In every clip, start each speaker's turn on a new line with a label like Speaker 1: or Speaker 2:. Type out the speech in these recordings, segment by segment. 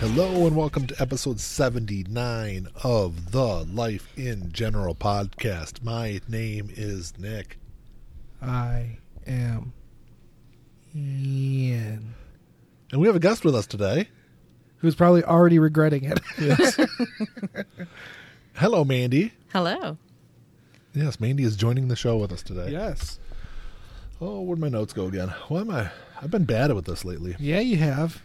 Speaker 1: Hello and welcome to episode 79 of the Life in General podcast. My name is Nick.
Speaker 2: I am Ian.
Speaker 1: And we have a guest with us today.
Speaker 2: Who's probably already regretting it.
Speaker 1: Hello, Mandy.
Speaker 3: Hello.
Speaker 1: Yes, Mandy is joining the show with us today.
Speaker 2: yes.
Speaker 1: Oh, where'd my notes go again? Why am I? I've been bad with this lately.
Speaker 2: Yeah, you have.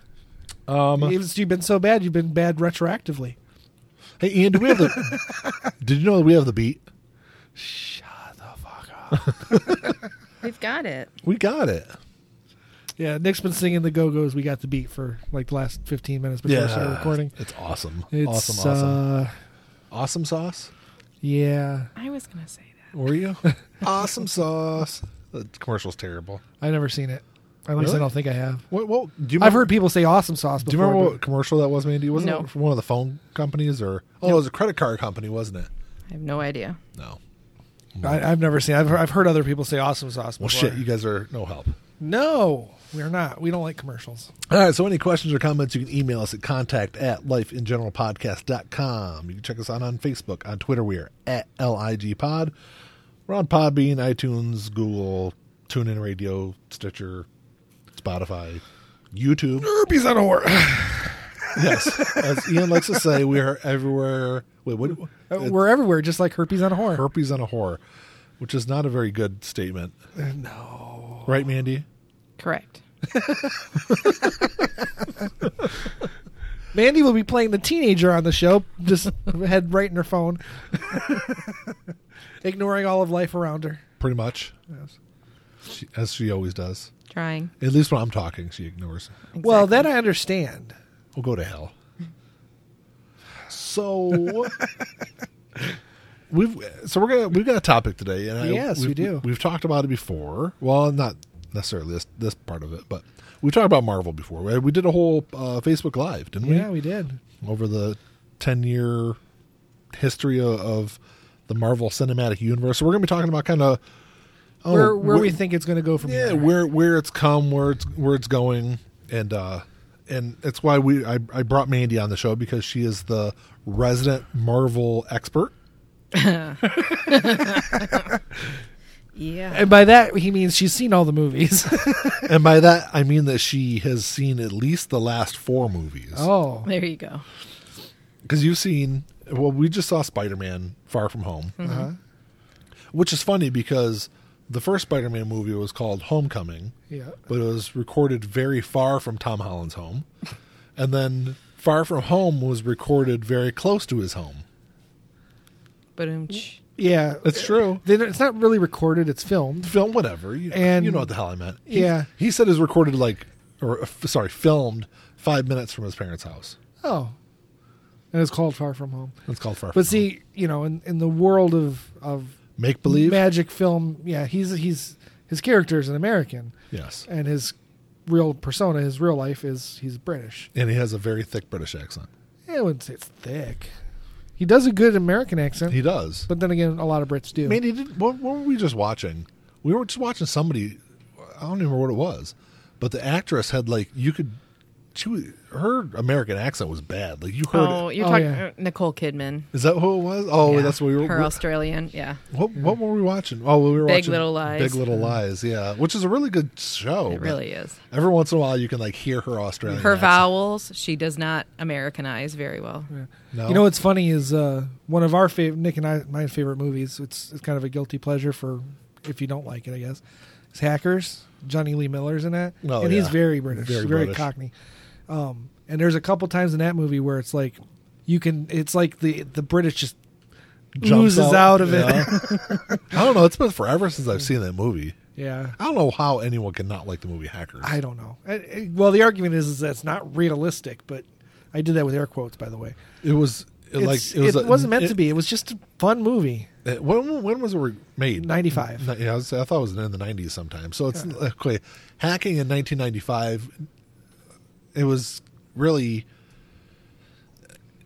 Speaker 1: Um,
Speaker 2: Even you've been so bad, you've been bad retroactively.
Speaker 1: hey, Ian, do we have the? did you know that we have the beat?
Speaker 3: We've got it.
Speaker 1: We got it.
Speaker 2: Yeah, Nick's been singing the Go Go's. We got the beat for like the last 15 minutes before we started recording.
Speaker 1: It's awesome.
Speaker 2: It's,
Speaker 1: awesome, awesome,
Speaker 2: Uh,
Speaker 1: awesome sauce.
Speaker 2: yeah,
Speaker 3: I was going to say that.
Speaker 1: Were you? awesome sauce. The commercial's terrible.
Speaker 2: I've never seen it. At least
Speaker 1: Really?
Speaker 2: I don't think I have.
Speaker 1: What? What? Do you?
Speaker 2: I've
Speaker 1: remember-
Speaker 2: heard people say awesome sauce
Speaker 1: Do you
Speaker 2: before.
Speaker 1: remember
Speaker 2: but-
Speaker 1: what commercial that was, Mandy? Wasn't
Speaker 3: No.
Speaker 1: it from one of the phone companies or oh, it was a credit card company, wasn't it?
Speaker 3: I have no idea.
Speaker 1: No.
Speaker 2: I, I've never seen it. I've heard, I've heard other people say awesome sauce
Speaker 1: Well,
Speaker 2: before.
Speaker 1: shit, you guys are no help.
Speaker 2: No, we're not. We don't like commercials.
Speaker 1: All right, so any questions or comments, you can email us at contact at lifeingeneralpodcast.com. You can check us out on Facebook. On Twitter, we are at LIG Pod. We're on Podbean, iTunes, Google, TuneIn Radio, Stitcher, Spotify, YouTube.
Speaker 2: Herpes on a whore.
Speaker 1: Yes, as Ian likes to say, we are everywhere. Wait, what? it's
Speaker 2: We're everywhere, just like herpes on a whore.
Speaker 1: herpes on a whore, which is not a very good statement.
Speaker 2: Uh, no.
Speaker 1: Right, Mandy?
Speaker 3: Correct.
Speaker 2: Mandy will be playing the teenager on the show, just head right in her phone, ignoring all of life around her.
Speaker 1: Pretty much, she, as she always does.
Speaker 3: Trying.
Speaker 1: At least when I'm talking, she ignores.
Speaker 2: Well,
Speaker 3: Exactly.
Speaker 2: that I understand.
Speaker 1: We'll go to hell. So we've so we're gonna we've got a topic today, and I,
Speaker 2: Yes, we
Speaker 1: we've-
Speaker 2: do.
Speaker 1: We've talked about it before. Well, not necessarily this this part of it, but we talked about Marvel before. We, we did a whole uh, Facebook Live, didn't
Speaker 2: Yeah,
Speaker 1: we?
Speaker 2: we did.
Speaker 1: Over the ten year history of, of the Marvel Cinematic Universe. So we're gonna be talking about oh, kind of
Speaker 2: where where Oh, we think it's going to go from
Speaker 1: yeah,
Speaker 2: here.
Speaker 1: where where it's come, where it's where it's going, and uh, and it's why we I, I brought Mandy on the show because she is the resident Marvel expert.
Speaker 3: Yeah.
Speaker 2: and by that he means she's seen all the movies.
Speaker 1: and by that I mean that she has seen at least the last four movies.
Speaker 2: oh,
Speaker 3: There you go.
Speaker 1: because you've seen well, we just saw Spider Man Far From Home,
Speaker 2: uh-huh.
Speaker 1: which is funny because the first Spider Man movie was called Homecoming.
Speaker 2: yeah.
Speaker 1: but it was recorded very far from Tom Holland's home. And then Far From Home was recorded very close to his home.
Speaker 3: But
Speaker 2: Yeah,
Speaker 1: That's true.
Speaker 2: Then it's not really recorded; it's filmed.
Speaker 1: Film, whatever. You,
Speaker 2: And-
Speaker 1: you know what the hell I meant. He-
Speaker 2: Yeah.
Speaker 1: He said it was recorded like, or uh, f- sorry, filmed five minutes from his parents' house.
Speaker 2: Oh, and it's called Far From Home.
Speaker 1: It's called Far From
Speaker 2: But see, you know, in, in the world of of
Speaker 1: Home. Make Believe?
Speaker 2: magic film, yeah, he's he's his character is an American,
Speaker 1: Yes.
Speaker 2: and his real persona, his real life is he's British.
Speaker 1: And he has a very thick British accent.
Speaker 2: I wouldn't say it's thick. He does a good American accent,
Speaker 1: He does.
Speaker 2: but then again, a lot of Brits do.
Speaker 1: I mean, he did, what, what were we just watching? We were just watching somebody. I don't even remember what it was, but the actress had like you could. She was, her American accent was bad. Like you heard.
Speaker 3: Oh,
Speaker 1: it.
Speaker 3: you're
Speaker 2: Oh,
Speaker 3: talking
Speaker 2: yeah.
Speaker 3: Nicole Kidman.
Speaker 1: Is that who it was? Oh,
Speaker 3: Yeah.
Speaker 1: that's what we were.
Speaker 3: Her Australian. Yeah.
Speaker 1: what, what were we watching? Oh, we were
Speaker 3: Big
Speaker 1: watching
Speaker 3: Little Lies.
Speaker 1: Big Little Lies. Yeah, which is a really good
Speaker 2: Oh,
Speaker 1: show.
Speaker 3: It
Speaker 1: but
Speaker 3: really is.
Speaker 1: Every once in a while, you can like hear her Australian.
Speaker 3: Her
Speaker 1: accent.
Speaker 3: vowels, she does not Americanize very well.
Speaker 2: Yeah.
Speaker 1: No?
Speaker 2: You know what's funny is uh, one of our favorite Nick and I, my favorite movies. It's it's kind of a guilty pleasure for if you don't like it, I guess. It's Hackers. Johnny Lee Miller's in that,
Speaker 1: Oh,
Speaker 2: and he's
Speaker 1: yeah.
Speaker 2: very British,
Speaker 1: Very
Speaker 2: very,
Speaker 1: British.
Speaker 2: Cockney. Um, and there's a couple times in that movie where it's like you can, it's like the the British just
Speaker 1: Jumps
Speaker 2: oozes out of it.
Speaker 1: yeah. I don't know. It's been forever since I've seen that movie.
Speaker 2: Yeah.
Speaker 1: I don't know how anyone can not like the movie Hackers.
Speaker 2: I don't know. I, I- well, the argument is, is that it's not realistic, but I did that with air quotes, by the way.
Speaker 1: it was it, like
Speaker 2: It's-
Speaker 1: it was a-
Speaker 2: wasn't meant
Speaker 1: it-
Speaker 2: to be. It was just a fun movie.
Speaker 1: Uh, When when was it re- made?
Speaker 2: 95.
Speaker 1: Ni- Yeah, I, was, I thought it was in the nineties sometime. So it's okay. Hacking in nineteen ninety five. It was really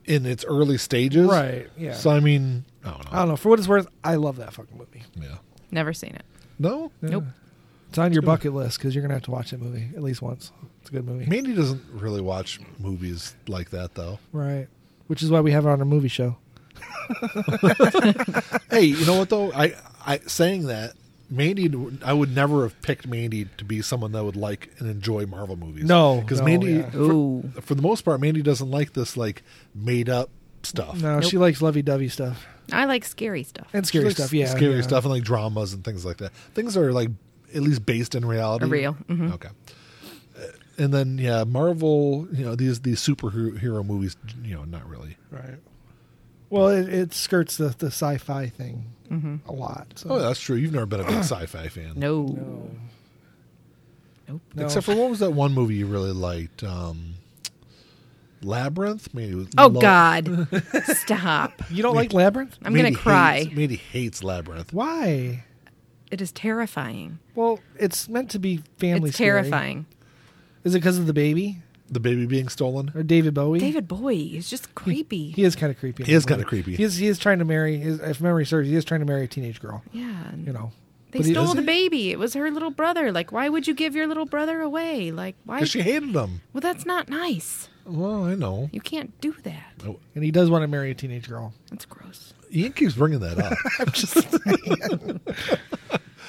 Speaker 1: in its early stages,
Speaker 2: Right, yeah.
Speaker 1: So I mean, I don't know.
Speaker 2: I don't know. For what it's worth, I love that fucking movie.
Speaker 1: yeah.
Speaker 3: Never seen it.
Speaker 1: No.
Speaker 3: Nope.
Speaker 2: It's on your bucket list because you're gonna have to watch that movie at least once. It's a good movie,
Speaker 1: Mandy doesn't really watch movies like that, though.
Speaker 2: right? Which is why we have it on our movie show.
Speaker 1: Hey, you know what though? I, I saying that Mandy, I would never have picked Mandy to be someone that would like and enjoy Marvel movies.
Speaker 2: No,
Speaker 1: because
Speaker 2: no,
Speaker 1: Mandy,
Speaker 2: yeah.
Speaker 1: for,
Speaker 3: Ooh.
Speaker 1: for the most part, Mandy doesn't like this like made up stuff.
Speaker 2: No,
Speaker 3: Nope.
Speaker 2: she likes lovey-dovey stuff
Speaker 3: I like scary stuff.
Speaker 2: and
Speaker 1: She
Speaker 2: scary
Speaker 1: likes
Speaker 2: stuff. Yeah,
Speaker 1: scary
Speaker 2: yeah.
Speaker 1: stuff and like dramas and things like that. Things that are like at least based in reality.
Speaker 3: Are real, mhm.
Speaker 1: Okay. Uh, And then yeah, Marvel. You know these these superhero movies. You know, not really.
Speaker 2: Right. Well, it, it skirts the, the sci-fi thing a lot. So.
Speaker 1: Oh, that's true. You've never been a big sci-fi fan.
Speaker 3: No.
Speaker 2: No.
Speaker 3: Nope.
Speaker 2: No.
Speaker 1: Except for what was that one movie you really liked? Um, Labyrinth. Maybe. It was
Speaker 3: Oh
Speaker 1: Lo-
Speaker 3: God! Stop!
Speaker 2: you don't like Labyrinth?
Speaker 3: I'm gonna
Speaker 1: Mandy
Speaker 3: cry.
Speaker 1: Hates, Mandy hates Labyrinth.
Speaker 2: Why?
Speaker 3: It is terrifying.
Speaker 2: Well, it's meant to be family.
Speaker 3: it's
Speaker 2: scary.
Speaker 3: terrifying.
Speaker 2: Is it because of the baby
Speaker 1: The baby being stolen.
Speaker 2: or David Bowie?
Speaker 3: David Bowie is just creepy.
Speaker 2: He is kind of creepy. in
Speaker 1: He
Speaker 2: that
Speaker 1: is kinda
Speaker 2: movie.
Speaker 1: creepy.
Speaker 2: He is. He is trying to marry. His, if memory serves, he is trying to marry a teenage girl.
Speaker 3: yeah. and
Speaker 2: You know.
Speaker 3: They
Speaker 2: But he-
Speaker 3: stole
Speaker 1: is
Speaker 3: the
Speaker 1: he?
Speaker 3: baby. It was her little brother. Like, why would you give your little brother away? Like, why?
Speaker 1: Because she hated him.
Speaker 3: well, that's not nice.
Speaker 1: Well, I know.
Speaker 3: You can't do that.
Speaker 1: Oh,
Speaker 2: and he does want to marry a teenage girl.
Speaker 3: That's gross.
Speaker 1: Ian keeps bringing that up.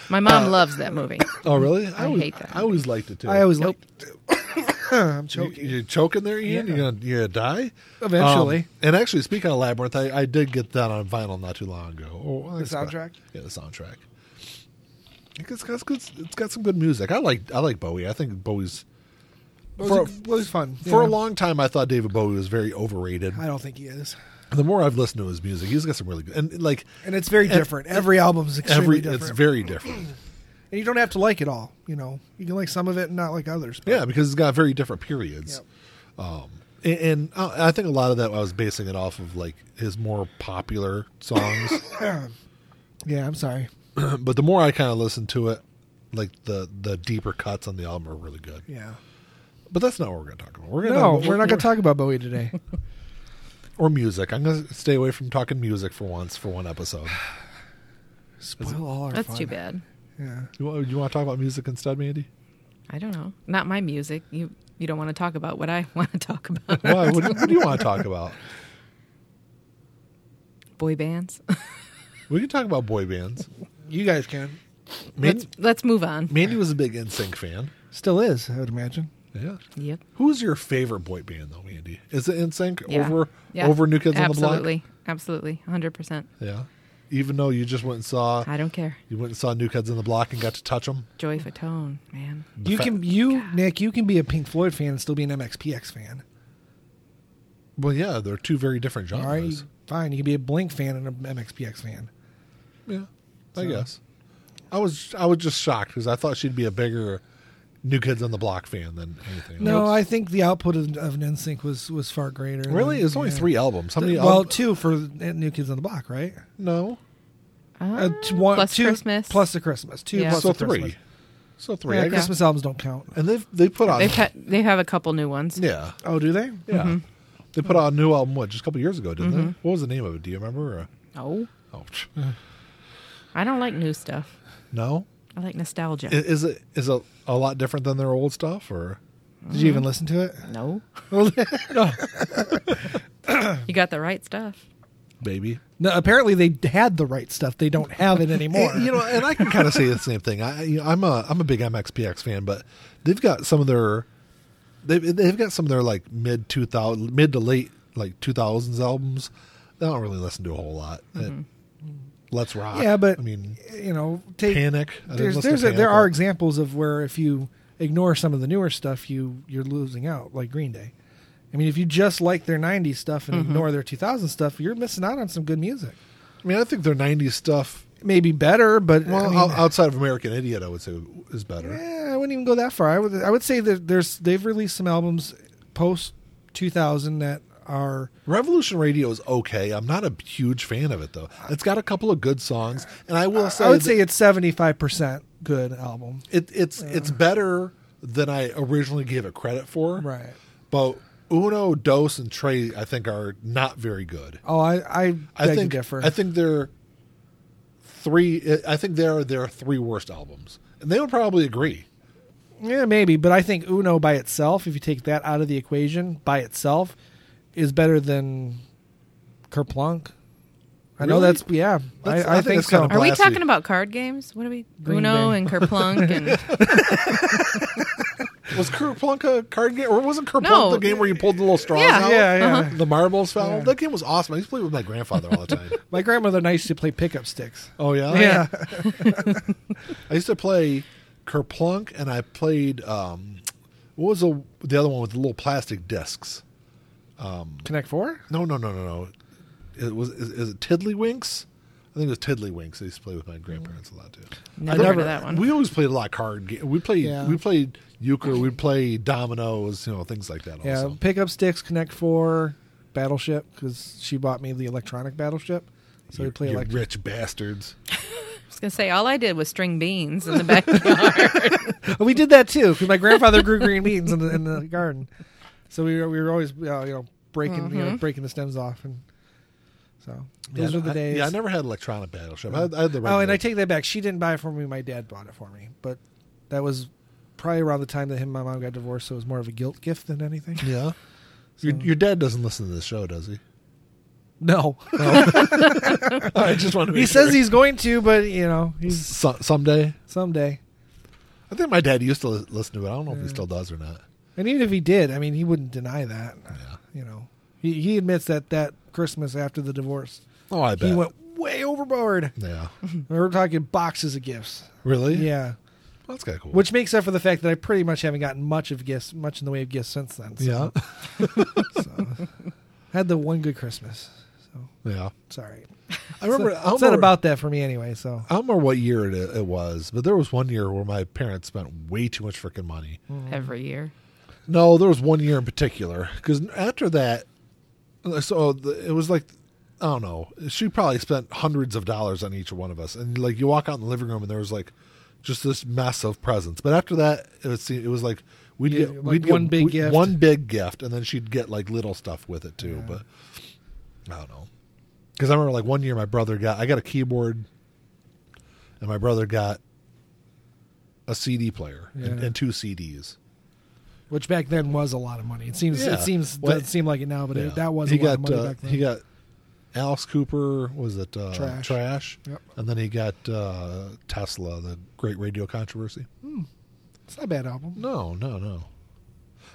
Speaker 3: My mom loves that movie.
Speaker 1: oh, really?
Speaker 3: I
Speaker 1: always,
Speaker 3: hate that.
Speaker 1: I always liked it too.
Speaker 2: I always
Speaker 3: Nope.
Speaker 2: like. I'm
Speaker 1: You,
Speaker 2: choking.
Speaker 1: you're choking there, Ian.
Speaker 2: Yeah.
Speaker 1: You're gonna you're gonna die
Speaker 2: Eventually.
Speaker 1: Um, and actually, speaking of labyrinth, I, I did get that on vinyl not too long ago. Oh, I
Speaker 2: The
Speaker 1: expect-
Speaker 2: soundtrack?
Speaker 1: yeah, the soundtrack. It's got, it's good, it's got some good music. I like I like Bowie. I think Bowie's
Speaker 2: For,
Speaker 1: for-
Speaker 2: was fun
Speaker 1: For a
Speaker 2: Yeah.
Speaker 1: long time, I thought David Bowie was very overrated.
Speaker 2: I don't think he is,
Speaker 1: The more I've listened to his music, he's got some really good and like
Speaker 2: and it's very
Speaker 1: And-
Speaker 2: different. Every album is extremely
Speaker 1: every
Speaker 2: different.
Speaker 1: it's very different.
Speaker 2: and you don't have to like it all. You know, you can like some of it and not like others. but-
Speaker 1: Yeah, because it's got very different periods.
Speaker 2: Yep.
Speaker 1: And, and I I think a lot of that I was basing it off of like his more popular songs.
Speaker 2: yeah. I'm sorry.
Speaker 1: but the more I kind of listen to it, like the the deeper cuts on the album are really good.
Speaker 2: Yeah.
Speaker 1: But that's not what we're going to talk about. We're going to
Speaker 2: No, we're not going to talk about Bowie today.
Speaker 1: or music. I'm going to stay away from talking music for once for one episode.
Speaker 2: Spoil all our
Speaker 3: That's
Speaker 2: fun.
Speaker 3: too bad.
Speaker 2: Yeah.
Speaker 1: You want, you want to talk about music instead, Mandy?
Speaker 3: I don't know. Not my music. You you don't want to talk about what I want to talk about.
Speaker 1: Why? What, do you- what do you want to talk about?
Speaker 3: Boy bands.
Speaker 1: We can talk about boy bands.
Speaker 2: You guys can.
Speaker 1: Mandy,
Speaker 3: let's let's move on.
Speaker 1: Mandy was a big NSYNC fan.
Speaker 2: Still is, I would imagine.
Speaker 1: Yeah.
Speaker 3: Yep.
Speaker 1: Who's your favorite boy band though, Mandy? Is it NSYNC
Speaker 3: Yeah.
Speaker 1: over
Speaker 3: Yeah.
Speaker 1: over New Kids
Speaker 3: Absolutely. Absolutely. Hundred percent.
Speaker 1: on the Block? Yeah. Even though you just went and saw
Speaker 3: I don't care.
Speaker 1: you went and saw New Kids on the Block and got to touch them.
Speaker 3: Joy Fatone, man.
Speaker 2: You can, you Nick, you can be a Pink Floyd fan and still be an MXPX fan.
Speaker 1: Well, yeah, they're two very different
Speaker 2: All right,
Speaker 1: genres.
Speaker 2: fine. You can be a Blink fan and an MXPX fan.
Speaker 1: Yeah, I
Speaker 2: So-
Speaker 1: guess. I was I was just shocked because I thought she'd be a bigger New Kids on the Block fan than anything.
Speaker 2: No,
Speaker 1: else.
Speaker 2: I think the output of, of NSYNC was was far greater.
Speaker 1: really,
Speaker 2: than-
Speaker 1: it's only
Speaker 2: yeah.
Speaker 1: three albums. How many?
Speaker 2: well,
Speaker 1: albums?
Speaker 2: two for New Kids on the Block, right?
Speaker 1: no,
Speaker 3: Ah,
Speaker 2: Uh, t- one-
Speaker 3: plus
Speaker 2: two-
Speaker 3: Christmas.
Speaker 2: plus the Christmas, two
Speaker 3: Yeah.
Speaker 2: plus
Speaker 1: so
Speaker 2: the Christmas.
Speaker 1: three, so three.
Speaker 2: Yeah,
Speaker 1: I guess.
Speaker 2: Christmas albums don't count.
Speaker 1: And they've they put on
Speaker 3: They've had, they have a couple new ones.
Speaker 1: yeah
Speaker 2: Oh, do they?
Speaker 1: yeah they put out a new album what just a couple years ago didn't
Speaker 2: Mm-hmm.
Speaker 1: they? What was the name of it? Do you remember? Or,
Speaker 3: No,
Speaker 1: oh tch.
Speaker 2: Uh-huh.
Speaker 3: I don't like new stuff.
Speaker 1: no,
Speaker 3: I like nostalgia.
Speaker 1: I- is it is it a lot different than their old stuff or?
Speaker 2: Did you even listen to it?
Speaker 3: no. You got the right stuff.
Speaker 1: Baby,
Speaker 2: No, apparently they had the right stuff. They don't have it anymore.
Speaker 1: And, Eh, you know, and I can kind of say the same thing. I, you know, I'm a I'm a big MXPX fan, but they've got some of their they've they've got some of their like mid two thousand mid to late like two thousands albums. I don't really listen to a whole lot. It- Let's rock.
Speaker 2: Mm-hmm. yeah, but
Speaker 1: I mean,
Speaker 2: you know, take,
Speaker 1: Panic. I didn't
Speaker 2: There's,
Speaker 1: listen
Speaker 2: there's
Speaker 1: to
Speaker 2: a, there
Speaker 1: Panic.
Speaker 2: are examples of where if you ignore some of the newer stuff, you you're losing out, like Green Day. I mean, if you just like their '90s stuff and ignore their 2000s stuff, you're missing out on some good music.
Speaker 1: I mean, I think their '90s stuff,
Speaker 2: Maybe better, but
Speaker 1: well,
Speaker 2: I mean,
Speaker 1: out- outside of American Idiot, I would say is better.
Speaker 2: eh, I wouldn't even go that far. I would I would say that there's they've released some albums post 2000 that are
Speaker 1: Revolution Radio is okay. I'm not a huge fan of it though. It's got a couple of good songs, and I will say
Speaker 2: I would
Speaker 1: that-
Speaker 2: say it's 75 percent good album.
Speaker 1: It, it's it's better than I originally gave it credit for.
Speaker 2: Right.
Speaker 1: But Uno, Dos, and Trey, I think, are not very good.
Speaker 2: Oh, I I,
Speaker 1: I
Speaker 2: beg to
Speaker 1: think
Speaker 2: differ.
Speaker 1: I think they're three. I think they are their three worst albums. and they would probably agree.
Speaker 2: Yeah, maybe, but I think Uno by itself, if you take that out of the equation by itself, is better than Kerplunk. I know
Speaker 1: Really?
Speaker 2: that's yeah.
Speaker 1: That's-
Speaker 2: I, I,
Speaker 1: I think
Speaker 2: think,
Speaker 1: that's
Speaker 2: so.
Speaker 1: kinda
Speaker 3: Are we
Speaker 1: Blasphemy.
Speaker 3: talking about card games? What are we?
Speaker 2: Green
Speaker 3: Uno
Speaker 2: Day.
Speaker 3: and Kerplunk and
Speaker 1: Was Kerplunk a card game, or wasn't Kerplunk
Speaker 3: No.
Speaker 1: the game where you pulled the little straws
Speaker 3: Yeah.
Speaker 1: out?
Speaker 2: Yeah, yeah. Uh-huh.
Speaker 1: The marbles fell.
Speaker 2: Yeah.
Speaker 1: That game was awesome. I used to play it with my grandfather all the time.
Speaker 2: My grandmother and I used to play pickup sticks.
Speaker 1: oh yeah,
Speaker 2: yeah,
Speaker 1: I used to play Kerplunk, and I played um, what was the the other one with the little plastic discs?
Speaker 2: Connect Four.
Speaker 1: No, no, no, no, no. It was is, is it Tiddlywinks? I think it was Tiddlywinks. I used to play with my grandparents a lot too.
Speaker 3: never, heard of that one.
Speaker 1: We always played a lot of card games. We played
Speaker 2: Yeah.
Speaker 1: we played euchre. We played dominoes. You know things like that.
Speaker 2: Yeah,
Speaker 1: Also,
Speaker 2: pickup sticks, Connect Four, Battleship, because she bought me the electronic Battleship, so we
Speaker 1: you,
Speaker 2: play
Speaker 1: you
Speaker 2: electric.
Speaker 1: rich bastards.
Speaker 3: I was gonna say all I did was string beans in the backyard.
Speaker 2: Oh, we did that too because my grandfather grew green beans in the, in the garden, so we were, we were always uh, you know breaking you know
Speaker 3: Mhm.
Speaker 2: breaking the stems off and so
Speaker 1: Mm-hmm. Yeah,
Speaker 2: those were the
Speaker 1: I,
Speaker 2: days.
Speaker 1: Yeah, I never had electronic battleship. I had, I had the
Speaker 2: oh, and
Speaker 1: regular-
Speaker 2: I take that back. She didn't buy it for me. My dad bought it for me, but that was probably around the time that him and my mom got divorced, so it was more of a guilt gift than anything.
Speaker 1: yeah. Your, your dad doesn't listen to this show, does he?
Speaker 2: No,
Speaker 1: I just want to.
Speaker 2: he says he's going to, but you know he's
Speaker 1: so, someday.
Speaker 2: someday.
Speaker 1: I think my dad used to li- listen to it. I don't know if he
Speaker 2: Yeah.
Speaker 1: still does or not.
Speaker 2: And even if he did, I mean, he wouldn't deny that. You know, he he admits that that Christmas after the divorce,
Speaker 1: Oh, I bet.
Speaker 2: he went way overboard.
Speaker 1: yeah.
Speaker 2: We were talking boxes of gifts.
Speaker 1: Really?
Speaker 2: Yeah.
Speaker 1: That's kind of cool.
Speaker 2: Which makes up for the fact that I pretty much haven't gotten much of gifts, much in the way of gifts since then. So,
Speaker 1: Yeah.
Speaker 2: so. had the one good Christmas. So
Speaker 1: Yeah.
Speaker 2: sorry.
Speaker 1: I remember. I
Speaker 2: it's not
Speaker 1: remember-
Speaker 2: about that for me anyway. So
Speaker 1: I don't remember what year it, it was, but there was one year where my parents spent way too much freaking money.
Speaker 3: Every year,
Speaker 1: No, there was one year in particular because after that, so the, it was like I don't know. She probably spent hundreds of dollars on each one of us, and like you walk out in the living room and there was like just this mess of presents. But after that, it was it was like we'd
Speaker 2: Yeah,
Speaker 1: get
Speaker 2: like
Speaker 1: we'd
Speaker 2: one
Speaker 1: get,
Speaker 2: big
Speaker 1: we-
Speaker 2: gift.
Speaker 1: one big gift, and then she'd get like little stuff with it too. But I don't know because I remember like one year my brother got I got a keyboard, and my brother got a CD player and,
Speaker 2: Yeah.
Speaker 1: and two CDs.
Speaker 2: which back then was a lot of money. It seems
Speaker 1: Yeah.
Speaker 2: it seems
Speaker 1: Well,
Speaker 2: doesn't seem like it now, but
Speaker 1: Yeah.
Speaker 2: it, that was
Speaker 1: he
Speaker 2: a lot
Speaker 1: got
Speaker 2: of money
Speaker 1: uh,
Speaker 2: back then.
Speaker 1: he got Alice Cooper was it uh,
Speaker 2: Trash.
Speaker 1: Trash,
Speaker 2: Yep.
Speaker 1: and then he got uh, Tesla, the great radio controversy.
Speaker 2: it's not a bad album.
Speaker 1: No, no, no.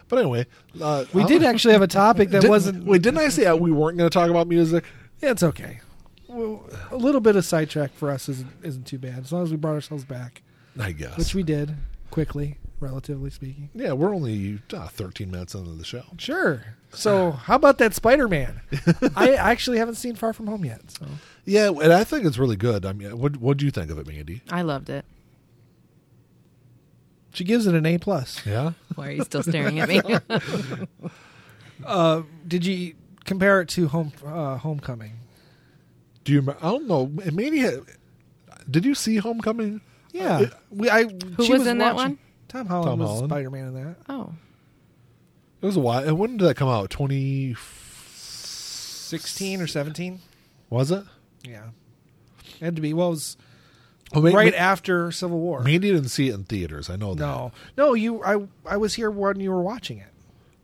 Speaker 1: But anyway, uh,
Speaker 2: We
Speaker 1: I-
Speaker 2: did actually have a topic that
Speaker 1: didn't-
Speaker 2: wasn't.
Speaker 1: Wait, didn't I say uh, we weren't going to talk about music?
Speaker 2: Yeah, it's okay. Well, a little bit of sidetrack for us isn't isn't too bad as long as we brought ourselves back,
Speaker 1: I guess.
Speaker 2: which we did quickly, relatively speaking.
Speaker 1: yeah, we're only uh, 13 minutes into the show.
Speaker 2: Sure. So, how about that Spider Man? I actually haven't seen Far From Home yet. So,
Speaker 1: Yeah, and I think it's really good. I mean, what what do you think of it, Mandy?
Speaker 3: I loved it.
Speaker 2: she gives it an A plus.
Speaker 1: Yeah.
Speaker 3: Why are you still staring at me?
Speaker 2: Uh, did you compare it to Home uh, Homecoming?
Speaker 1: Do you? rem- I don't know. Mandy, had- did you see Homecoming?
Speaker 2: Yeah,
Speaker 1: Uh,
Speaker 2: we. I
Speaker 3: Who
Speaker 2: she
Speaker 3: was in that
Speaker 2: watching-
Speaker 3: one?
Speaker 2: Tom Holland
Speaker 1: Tom
Speaker 2: was
Speaker 1: Holland.
Speaker 2: Spider Man in that.
Speaker 3: Oh,
Speaker 1: It was a while. When did that come out? 2016.
Speaker 2: Sixteen or seventeen?
Speaker 1: Was it?
Speaker 2: Yeah, had to be. Well, it was
Speaker 1: Oh, wait,
Speaker 2: right
Speaker 1: wait,
Speaker 2: after Civil War.
Speaker 1: Mandy didn't see it in theaters. I know that.
Speaker 2: No, no, you. I I was here when you were watching it.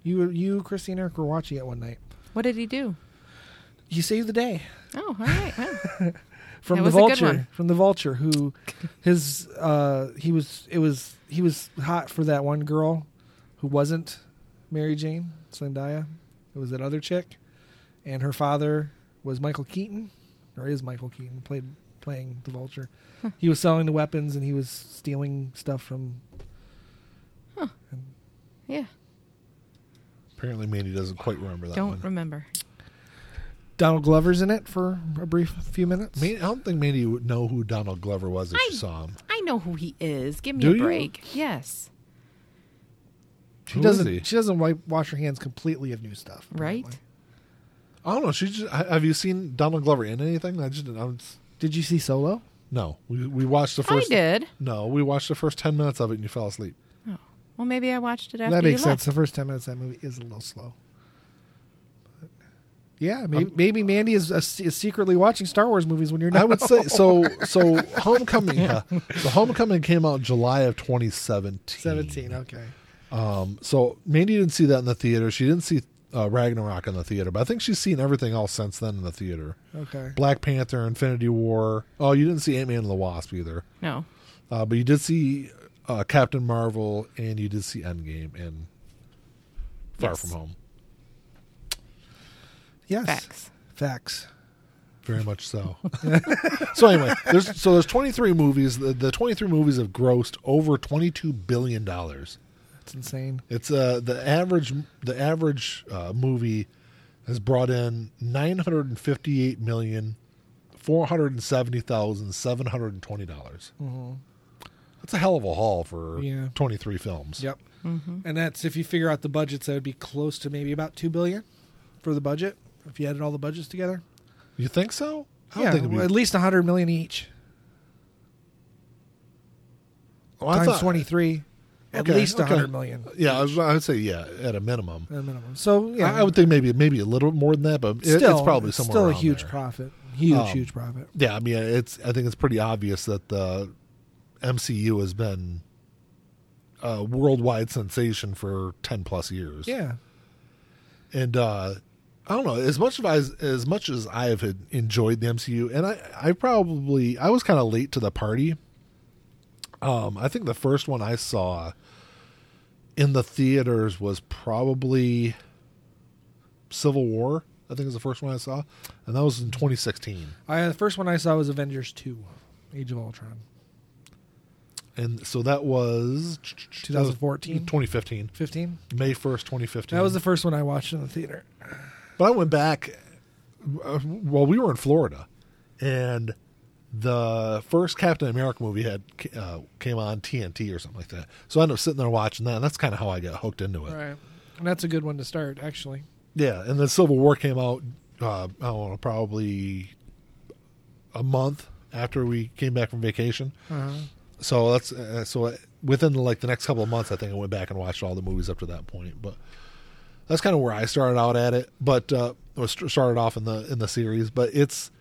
Speaker 2: You, you, Christy, and Eric were watching it one night.
Speaker 3: what did he do?
Speaker 2: You saved the day.
Speaker 3: Oh, all right. well.
Speaker 2: from the
Speaker 3: That was a good
Speaker 2: vulture
Speaker 3: one.
Speaker 2: from the vulture who his uh he was it was he was hot for that one girl who wasn't mary jane zendaya it was that other chick and her father was michael keaton or is michael keaton played playing the vulture he was selling the weapons and he was stealing stuff from
Speaker 3: Yeah,
Speaker 1: Apparently, Mandy doesn't quite remember that
Speaker 3: don't
Speaker 1: one.
Speaker 3: remember.
Speaker 2: donald glover's in it for a brief few minutes
Speaker 1: Man- I don't think Mandy would know who Donald Glover was if she
Speaker 3: I-
Speaker 1: saw him.
Speaker 3: I know who he is. Give me
Speaker 1: Do
Speaker 3: a
Speaker 1: you?
Speaker 3: break. Yes.
Speaker 2: she
Speaker 1: Who is
Speaker 2: doesn't
Speaker 1: he?
Speaker 2: she doesn't wipe, wash her hands completely of new stuff
Speaker 3: Right?
Speaker 2: apparently.
Speaker 1: I don't know. She just, ha- have you seen Donald Glover in anything? I just I'm, s-
Speaker 2: did you see solo
Speaker 1: no. We we watched the first.
Speaker 3: I did.
Speaker 1: No, we watched the first ten minutes of it and you fell asleep.
Speaker 3: Oh. Well, maybe I watched it after
Speaker 2: that makes
Speaker 3: you
Speaker 2: sense.
Speaker 3: left.
Speaker 2: The first ten minutes of that movie is a little slow. But Yeah, maybe, maybe Mandy is, uh, is secretly watching Star Wars movies when you're not.
Speaker 1: I would say so. So Homecoming, yeah. so Homecoming came out in July of 2017.
Speaker 2: seventeen. Okay,
Speaker 1: Um, so Mandy didn't see that in the theater. She didn't see uh, Ragnarok in the theater, but I think she's seen everything else since then in the theater.
Speaker 2: okay.
Speaker 1: Black Panther, Infinity War. Oh, you didn't see Ant Man and the Wasp either,
Speaker 3: No.
Speaker 1: uh, but you did see uh, Captain Marvel and you did see Endgame and Far
Speaker 3: Yes.
Speaker 1: From Home.
Speaker 2: Yes,
Speaker 3: Facts.
Speaker 2: Facts.
Speaker 1: Very much so. so anyway, there's so there's 23 movies. The, the 23 movies have grossed over 22 billion dollars.
Speaker 2: That's insane.
Speaker 1: It's uh the average the average uh, movie has brought in nine hundred and fifty eight million four hundred and seventy thousand seven hundred and twenty dollars. That's a hell of a haul for
Speaker 2: Mm-hmm. Yeah.
Speaker 1: twenty three films.
Speaker 2: Yep.
Speaker 3: Mm-hmm.
Speaker 2: And that's if you figure out the budgets, that would be close to maybe about two billion for the budget if you added all the budgets together.
Speaker 1: You think so? I don't
Speaker 2: yeah,
Speaker 1: think it'd be-
Speaker 2: well, at least a hundred million each
Speaker 1: Oh, I
Speaker 2: times
Speaker 1: thought-
Speaker 2: twenty three. At
Speaker 1: Okay,
Speaker 2: least a
Speaker 1: okay.
Speaker 2: hundred million
Speaker 1: Yeah, I was- I'd say yeah at a minimum.
Speaker 2: at minimum. So yeah,
Speaker 1: I, I would think maybe maybe a little more than that, but it-
Speaker 2: still,
Speaker 1: it's probably somewhere
Speaker 2: still a
Speaker 1: around
Speaker 2: huge
Speaker 1: there.
Speaker 2: profit. Huge,
Speaker 1: Um,
Speaker 2: huge profit.
Speaker 1: Yeah, I mean, it's. I think it's pretty obvious that the MCU has been a worldwide sensation for ten plus years.
Speaker 2: Yeah.
Speaker 1: and uh, I don't know as much of I, as much as I have had enjoyed the MCU, and I, I probably I was kind of late to the party. Um, I think the first one I saw in the theaters was probably Civil War. I think is the first one I saw, and that was in 2016.
Speaker 2: I the first one I saw was Avengers two, Age of Ultron.
Speaker 1: And so that was
Speaker 2: 2014?
Speaker 1: 2015,
Speaker 2: Fifteen.
Speaker 1: May 1st, 2015.
Speaker 2: That was the first one I watched in the theater.
Speaker 1: but I went back. uh, Well, we were in Florida, and the first Captain America movie had uh, came on TNT or something like that. So I ended up sitting there watching that, and that's kind of how I got hooked into it.
Speaker 2: Right. And that's a good one to start, actually.
Speaker 1: Yeah, and then Civil War came out. Uh, I don't know, probably a month after we came back from vacation.
Speaker 2: Uh-huh.
Speaker 1: so that's uh, so within like the next couple of months i think i went back and watched all the movies up to that point but that's kind of where i started out at it but uh or st- started off in the in the series but it's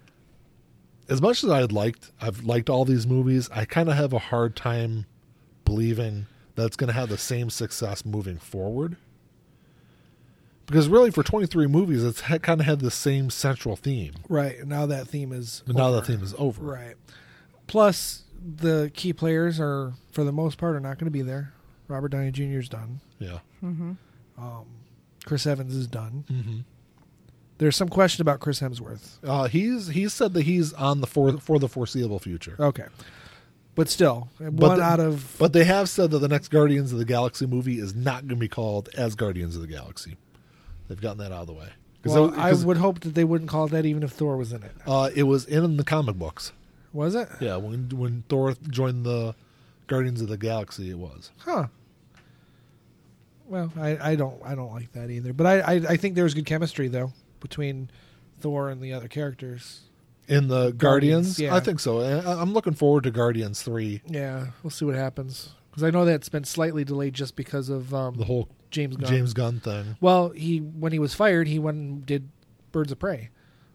Speaker 1: as much as i had liked i've liked all these movies i kind of have a hard time believing that it's going to have the same success moving forward because really for 23 movies it's kind of had the same central theme
Speaker 2: Right. and Now that theme is
Speaker 1: but now
Speaker 2: over.
Speaker 1: that theme is over
Speaker 2: Right. Plus, the key players are, for the most part, are not going to be there. Robert Downey Jr. is done.
Speaker 1: yeah
Speaker 2: Um, Chris Evans is done.
Speaker 1: mm-hmm.
Speaker 2: There's some question about Chris Hemsworth.
Speaker 1: Uh, he's he said that he's on the for for the foreseeable future.
Speaker 2: Okay. But still, Uh, one
Speaker 1: the-
Speaker 2: out of.
Speaker 1: But they have said that the next Guardians of the Galaxy movie is not going to be called as Guardians of the Galaxy. They've gotten that out of the way because
Speaker 2: well, I would hope that they wouldn't call it that even if Thor was in it.
Speaker 1: uh, it was in the comic books.
Speaker 2: Was it?
Speaker 1: Yeah, when when Thor joined the Guardians of the Galaxy, it was.
Speaker 2: Huh. Well, I, I don't I don't like that either. But I, I I think there was good chemistry though between Thor and the other characters.
Speaker 1: In the Guardians,
Speaker 2: Guardians, yeah.
Speaker 1: I think so. I, I'm looking forward to Guardians three.
Speaker 2: Yeah, we'll see what happens because I know that's been slightly delayed just because of um,
Speaker 1: The whole
Speaker 2: James Gunn.
Speaker 1: James Gunn thing.
Speaker 2: Well, he when he was fired, he went and did Birds of Prey,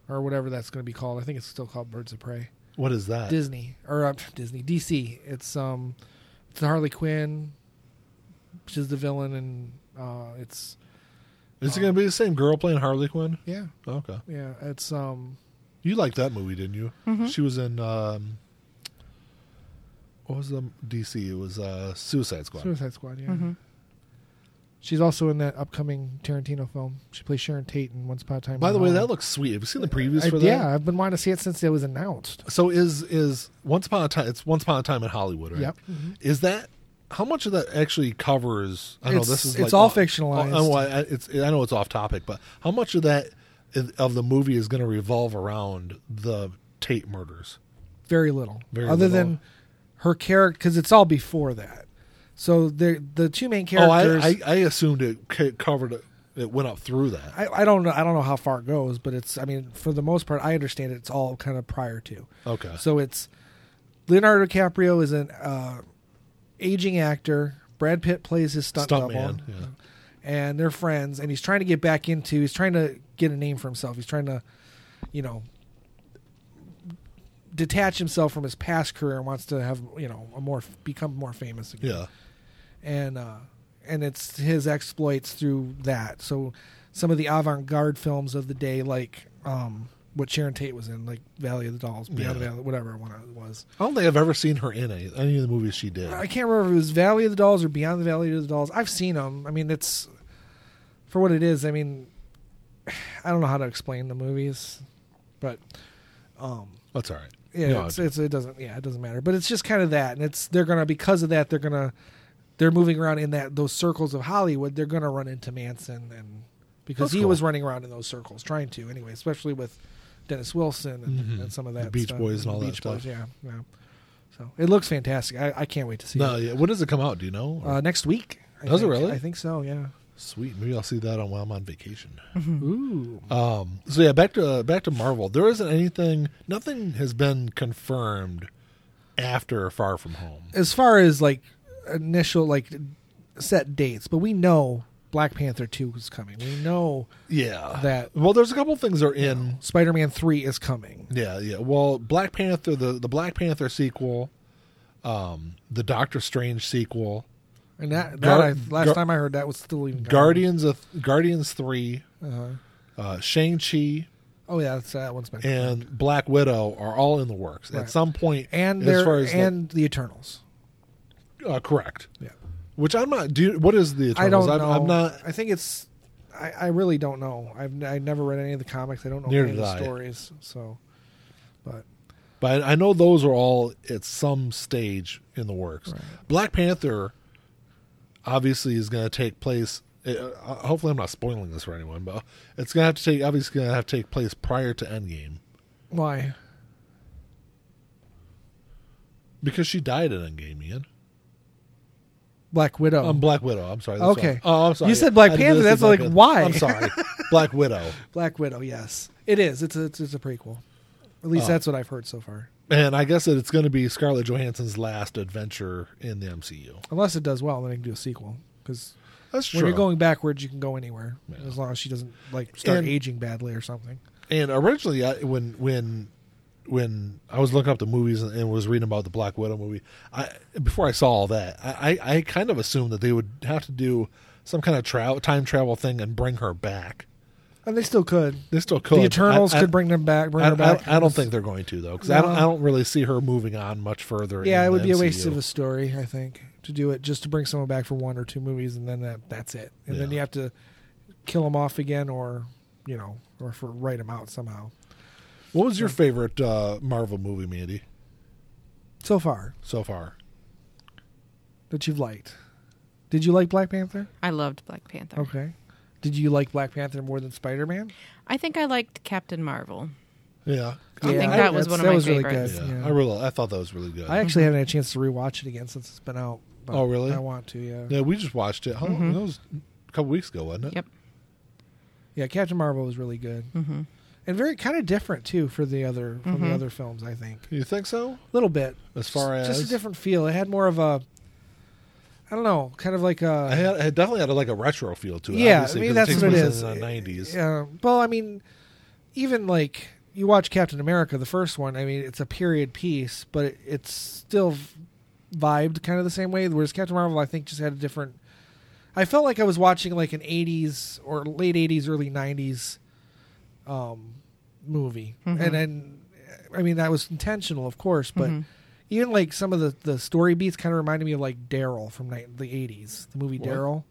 Speaker 2: or whatever that's going to be called. I think it's still called Birds of Prey.
Speaker 1: What is that?
Speaker 2: Disney or uh, Disney DC. It's um, it's Harley Quinn. She's the villain, and uh, it's
Speaker 1: Is it going to be the same girl playing Harley Quinn?
Speaker 2: yeah,
Speaker 1: Okay,
Speaker 2: yeah, it's um,
Speaker 1: you liked that movie, didn't you?
Speaker 2: Mm-hmm.
Speaker 3: Mhm.
Speaker 1: She was in um, what was the DC? It was uh, Suicide Squad.
Speaker 2: Suicide Squad. Yeah.
Speaker 3: Mhm.
Speaker 2: She's also in that upcoming Tarantino film. She plays Sharon Tate in Once Upon a Time.
Speaker 1: By
Speaker 2: in
Speaker 1: the way, that
Speaker 2: Hollywood.
Speaker 1: looks sweet. Have you seen the previews
Speaker 2: Uh-huh. I-
Speaker 1: for that?
Speaker 2: Yeah, I've been wanting to see it since it was announced.
Speaker 1: So is is once upon a time? It's once upon a time in Hollywood, right?
Speaker 2: Yep. Mm-hmm.
Speaker 1: Is that how much of that actually covers? I know
Speaker 2: It's-
Speaker 1: this is
Speaker 2: it's
Speaker 1: like
Speaker 2: all
Speaker 1: off-
Speaker 2: fictionalized.
Speaker 1: I, know I- it's I know it's off topic, but how much of that is- of the movie is going to revolve around the Tate murders?
Speaker 2: Very little.
Speaker 1: Very
Speaker 2: Other
Speaker 1: little.
Speaker 2: than her character, because it's all before that. So the the two main
Speaker 1: Oh, I,
Speaker 2: characters.
Speaker 1: I I assumed it c- covered it. It went up through that.
Speaker 2: I, I don't know. I don't know how far it goes, but it's. I mean, for the most part, I understand it's all kind of prior to.
Speaker 1: Okay.
Speaker 2: So it's Leonardo DiCaprio is an uh, aging actor. Brad Pitt plays his stunt, double,
Speaker 1: Stuntman, yeah.
Speaker 2: and they're friends. And he's trying to get back into. He's trying to get a name for himself. He's trying to, you know, detach himself from his past career and wants to have you know a more become more famous again
Speaker 1: Yeah.
Speaker 2: and uh, and it's his exploits through that. So some of the avant-garde films of the day, like um, what Sharon Tate was in, like Valley of the Dolls, Beyond
Speaker 1: Yeah.
Speaker 2: Valley, whatever one it was.
Speaker 1: I don't think I've ever seen her in any, any of the movies she did.
Speaker 2: I can't remember if it was Valley of the Dolls or Beyond the Valley of the Dolls. I've seen them. I mean, it's for what it is. I mean, I don't know how to explain the movies, but um,
Speaker 1: That's all right.
Speaker 2: yeah,
Speaker 1: No,
Speaker 2: it's, it's, it doesn't. Yeah, it doesn't matter. But it's just kind of that, and it's they're gonna because of that they're gonna they're moving around in that those circles of Hollywood. They're gonna run into Manson, and because
Speaker 1: That's
Speaker 2: he
Speaker 1: cool.
Speaker 2: was running around in those circles trying to anyway, especially with Dennis Wilson and, and some of that
Speaker 1: Mm-hmm. Beach
Speaker 2: stuff.
Speaker 1: Boys and all that
Speaker 2: Beach Boys,
Speaker 1: stuff.
Speaker 2: yeah, yeah. So it looks fantastic. I, I can't wait to see
Speaker 1: no,
Speaker 2: it
Speaker 1: yeah. When does it come out? Do you know? Or-
Speaker 2: uh, next week. I
Speaker 1: Does it
Speaker 2: think.
Speaker 1: really?
Speaker 2: I think so. Yeah.
Speaker 1: Sweet. Maybe I'll see that on while I'm on vacation.
Speaker 2: Ooh.
Speaker 1: Um, so yeah, back to back to Marvel. There isn't anything. Nothing has been confirmed after Far From Home.
Speaker 2: as far as like initial like set dates, but we know Black Panther two is coming. We know
Speaker 1: Yeah.
Speaker 2: That-
Speaker 1: Well, there's a couple things are in.
Speaker 2: Spider Man three is coming.
Speaker 1: Yeah, yeah. Well, Black Panther, the the Black Panther sequel, um, the Doctor Strange sequel,
Speaker 2: And that, that
Speaker 1: Gar-
Speaker 2: I, last
Speaker 1: Gar-
Speaker 2: time I heard that was still even gone.
Speaker 1: Guardians of Guardians three,
Speaker 2: Uh-huh.
Speaker 1: uh, Shang Chi,
Speaker 2: Oh yeah, that's, that one's been. And,
Speaker 1: and Black Widow are all in the works
Speaker 2: Right.
Speaker 1: at some point.
Speaker 2: there
Speaker 1: as far as
Speaker 2: and the Eternals.
Speaker 1: the, uh, correct,
Speaker 2: Yeah.
Speaker 1: which I'm not. Do you, what is the?
Speaker 2: I don't
Speaker 1: Eternals? I'm,
Speaker 2: know.
Speaker 1: I'm not.
Speaker 2: I think it's. I, I really don't know. I've I never read any of the comics. I don't know
Speaker 1: Neither
Speaker 2: any of the
Speaker 1: did I.
Speaker 2: stories. So, but
Speaker 1: But I know those are all at some stage in the works. Black Panther obviously is going to take place. uh, Uh, hopefully, I'm not spoiling this for anyone, but it's going to have to take obviously going to have to take place prior to Endgame
Speaker 2: why?
Speaker 1: because she died in Endgame. Ian,
Speaker 2: Black Widow.
Speaker 1: um, Black Widow. I'm sorry. that's
Speaker 2: Okay.
Speaker 1: why- Oh, I'm sorry.
Speaker 2: You said Black
Speaker 1: I did
Speaker 2: Panther,
Speaker 1: this
Speaker 2: that's
Speaker 1: as
Speaker 2: like,
Speaker 1: a-
Speaker 2: why?
Speaker 1: I'm sorry. Black Widow,
Speaker 2: Black Widow, yes. It is. It's a, it's, it's a prequel. At least
Speaker 1: Oh.
Speaker 2: that's what I've heard so far.
Speaker 1: and I guess that it's going to be Scarlett Johansson's last adventure in the MCU.
Speaker 2: Unless it does well, then I can do a sequel. Because
Speaker 1: That's
Speaker 2: when
Speaker 1: true.
Speaker 2: you're going backwards, you can go anywhere
Speaker 1: Yeah.
Speaker 2: as long as she doesn't like start
Speaker 1: And-
Speaker 2: aging badly or something.
Speaker 1: And originally, I, when when when I was looking up the movies and, and was reading about the Black Widow movie, I before I saw all that, I, I I kind of assumed that they would have to do some kind of tra- time travel thing and bring her back.
Speaker 2: And they still could.
Speaker 1: They still could.
Speaker 2: the Eternals
Speaker 1: I- I-
Speaker 2: could bring them back. Bring
Speaker 1: I,
Speaker 2: her back.
Speaker 1: I, I don't think they're going to though, because I don't I
Speaker 2: No.
Speaker 1: don't really see her moving on much further.
Speaker 2: Yeah,
Speaker 1: in
Speaker 2: it would
Speaker 1: the
Speaker 2: be a waste
Speaker 1: MCU.
Speaker 2: of a story. I think to do it just to bring someone back for one or two movies and then that that's it. And then
Speaker 1: Yeah.
Speaker 2: you have to kill them off again, or you know, or for write them out somehow.
Speaker 1: What was your favorite uh, Marvel movie, Mandy,
Speaker 2: So far,
Speaker 1: so far?
Speaker 2: that you've liked. Did you like Black Panther?
Speaker 3: I loved Black Panther.
Speaker 2: Okay. Did you like Black Panther more than Spider Man?
Speaker 3: I think I liked Captain Marvel.
Speaker 1: Yeah,
Speaker 3: I think that was one of my
Speaker 1: yeah.
Speaker 3: favorites.
Speaker 2: Really good.
Speaker 1: I
Speaker 2: Yeah.
Speaker 1: really I thought that was really good.
Speaker 2: I actually haven't had a chance to rewatch it again since it's been out. but
Speaker 1: Mm-hmm. Oh, really?
Speaker 2: I want to. Yeah. yeah.
Speaker 1: yeah, we just watched it. How long?
Speaker 2: Mm-hmm.
Speaker 3: Mhm.
Speaker 1: That was a couple weeks ago, wasn't it?
Speaker 3: Yep.
Speaker 2: Captain Marvel was really good
Speaker 3: hmm
Speaker 2: and very kind of different too for the other from the
Speaker 3: Mhm.
Speaker 2: other films. I think
Speaker 1: You think so?
Speaker 2: a little bit.
Speaker 1: As far as
Speaker 2: just, just a different feel. It had more of a, I don't know, kind of like a.
Speaker 1: I had, I definitely had like a retro feel to it.
Speaker 2: Yeah,
Speaker 1: obviously,
Speaker 2: I mean,
Speaker 1: 'cause
Speaker 2: that's what it
Speaker 1: takes
Speaker 2: is.
Speaker 1: place In the nineties.
Speaker 2: Yeah. Well, I mean, even like you watch Captain America, the first one. I mean, it's a period piece, but it, it's still v- vibed kind of the same way. Whereas Captain Marvel, I think, just had a different. I felt like I was watching like an '80s or late '80s, early '90s um, movie,
Speaker 3: Mhm.
Speaker 2: and then I mean that was intentional, of course, but.
Speaker 3: Mhm.
Speaker 2: Even like some of the, the story beats kind of reminded me of like Daryl from ni- the 80s, the movie
Speaker 1: What?
Speaker 2: Daryl.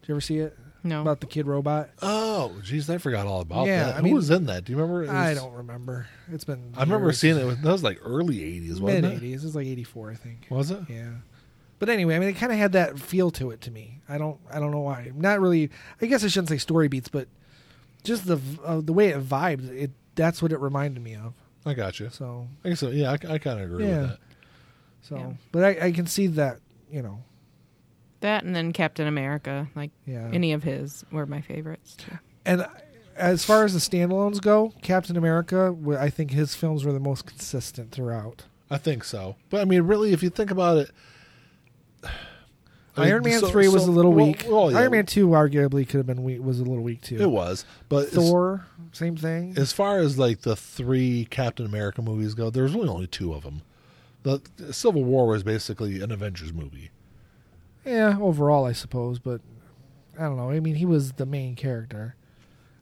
Speaker 2: Did you ever see it?
Speaker 3: No.
Speaker 2: About the kid robot?
Speaker 1: Oh, geez, I forgot all about
Speaker 2: Yeah,
Speaker 1: that.
Speaker 2: I
Speaker 1: Who
Speaker 2: mean-
Speaker 1: was in that? Do you remember? It
Speaker 2: I
Speaker 1: was-
Speaker 2: don't remember. It's been.
Speaker 1: I remember
Speaker 2: years.
Speaker 1: seeing it. with- That was like early eighties, wasn't
Speaker 2: mid
Speaker 1: it?
Speaker 2: '80s. It was like '84, I think.
Speaker 1: Was it?
Speaker 2: Yeah. But anyway, I mean, it kind of had that feel to it to me. I don't, I don't know why. Not really. I guess I shouldn't say story beats, but just the v- uh, the way it vibed. It that's what it reminded me of.
Speaker 1: I got you.
Speaker 2: So,
Speaker 1: I guess so. Yeah, I, kind of agree
Speaker 2: Yeah.
Speaker 1: with that.
Speaker 2: so.
Speaker 3: Yeah.
Speaker 2: But I, I can see that. You know.
Speaker 3: That and then Captain America, like
Speaker 2: Yeah.
Speaker 3: any of his, were my favorites. too.
Speaker 2: and I- as far as the standalones go, Captain America, wh- I think his films were the most consistent throughout.
Speaker 1: I think so. But I mean, really, if you think about it, I mean,
Speaker 2: Iron Man
Speaker 1: so-
Speaker 2: three was
Speaker 1: so-
Speaker 2: a little
Speaker 1: well,
Speaker 2: weak.
Speaker 1: well, yeah.
Speaker 2: Iron Man two arguably could have been weak, was a little weak too.
Speaker 1: It was, but as-
Speaker 2: Thor, same thing.
Speaker 1: as far as like the three Captain America movies go, there's really only two of them. The Civil War was basically an Avengers movie.
Speaker 2: Yeah, overall, I suppose, but I don't know. I mean, he was the main character.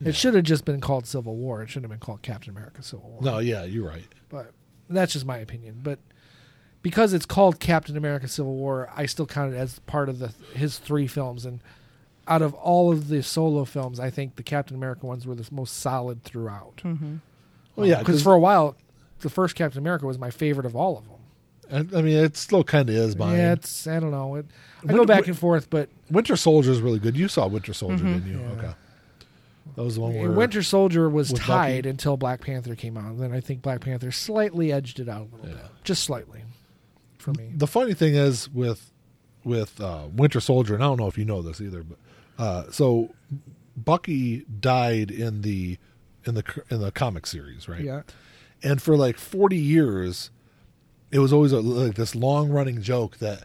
Speaker 2: It should have just been called Civil War. It shouldn't have been called Captain America Civil War.
Speaker 1: No, yeah, you're right.
Speaker 2: But that's just my opinion. But because it's called Captain America Civil War, I still count it as part of the his three films. And out of all of the solo films, I think the Captain America ones were the most solid throughout.
Speaker 1: Well, yeah,
Speaker 2: Because Oh, for a while, the first Captain America was my favorite of all of them.
Speaker 1: I, I mean, it still kind of is mine.
Speaker 2: Yeah, it's, I don't know. It, I
Speaker 1: What-
Speaker 2: go back
Speaker 1: what-
Speaker 2: and forth, but
Speaker 1: Winter Soldier is really good. You saw Winter Soldier, didn't you?
Speaker 2: Mm-hmm. Yeah.
Speaker 1: Okay, that was the one where
Speaker 2: And Winter Soldier was
Speaker 1: with
Speaker 2: tied
Speaker 1: Bucky.
Speaker 2: until Black Panther came out. And then I think Black Panther slightly edged it out a little
Speaker 1: Yeah.
Speaker 2: bit, just slightly, for me.
Speaker 1: The funny thing is with with uh, Winter Soldier, and I don't know if you know this either, but uh, so Bucky died in the in the in the comic series, right?
Speaker 2: Yeah,
Speaker 1: and for like 40 years it was always a, like this long running joke that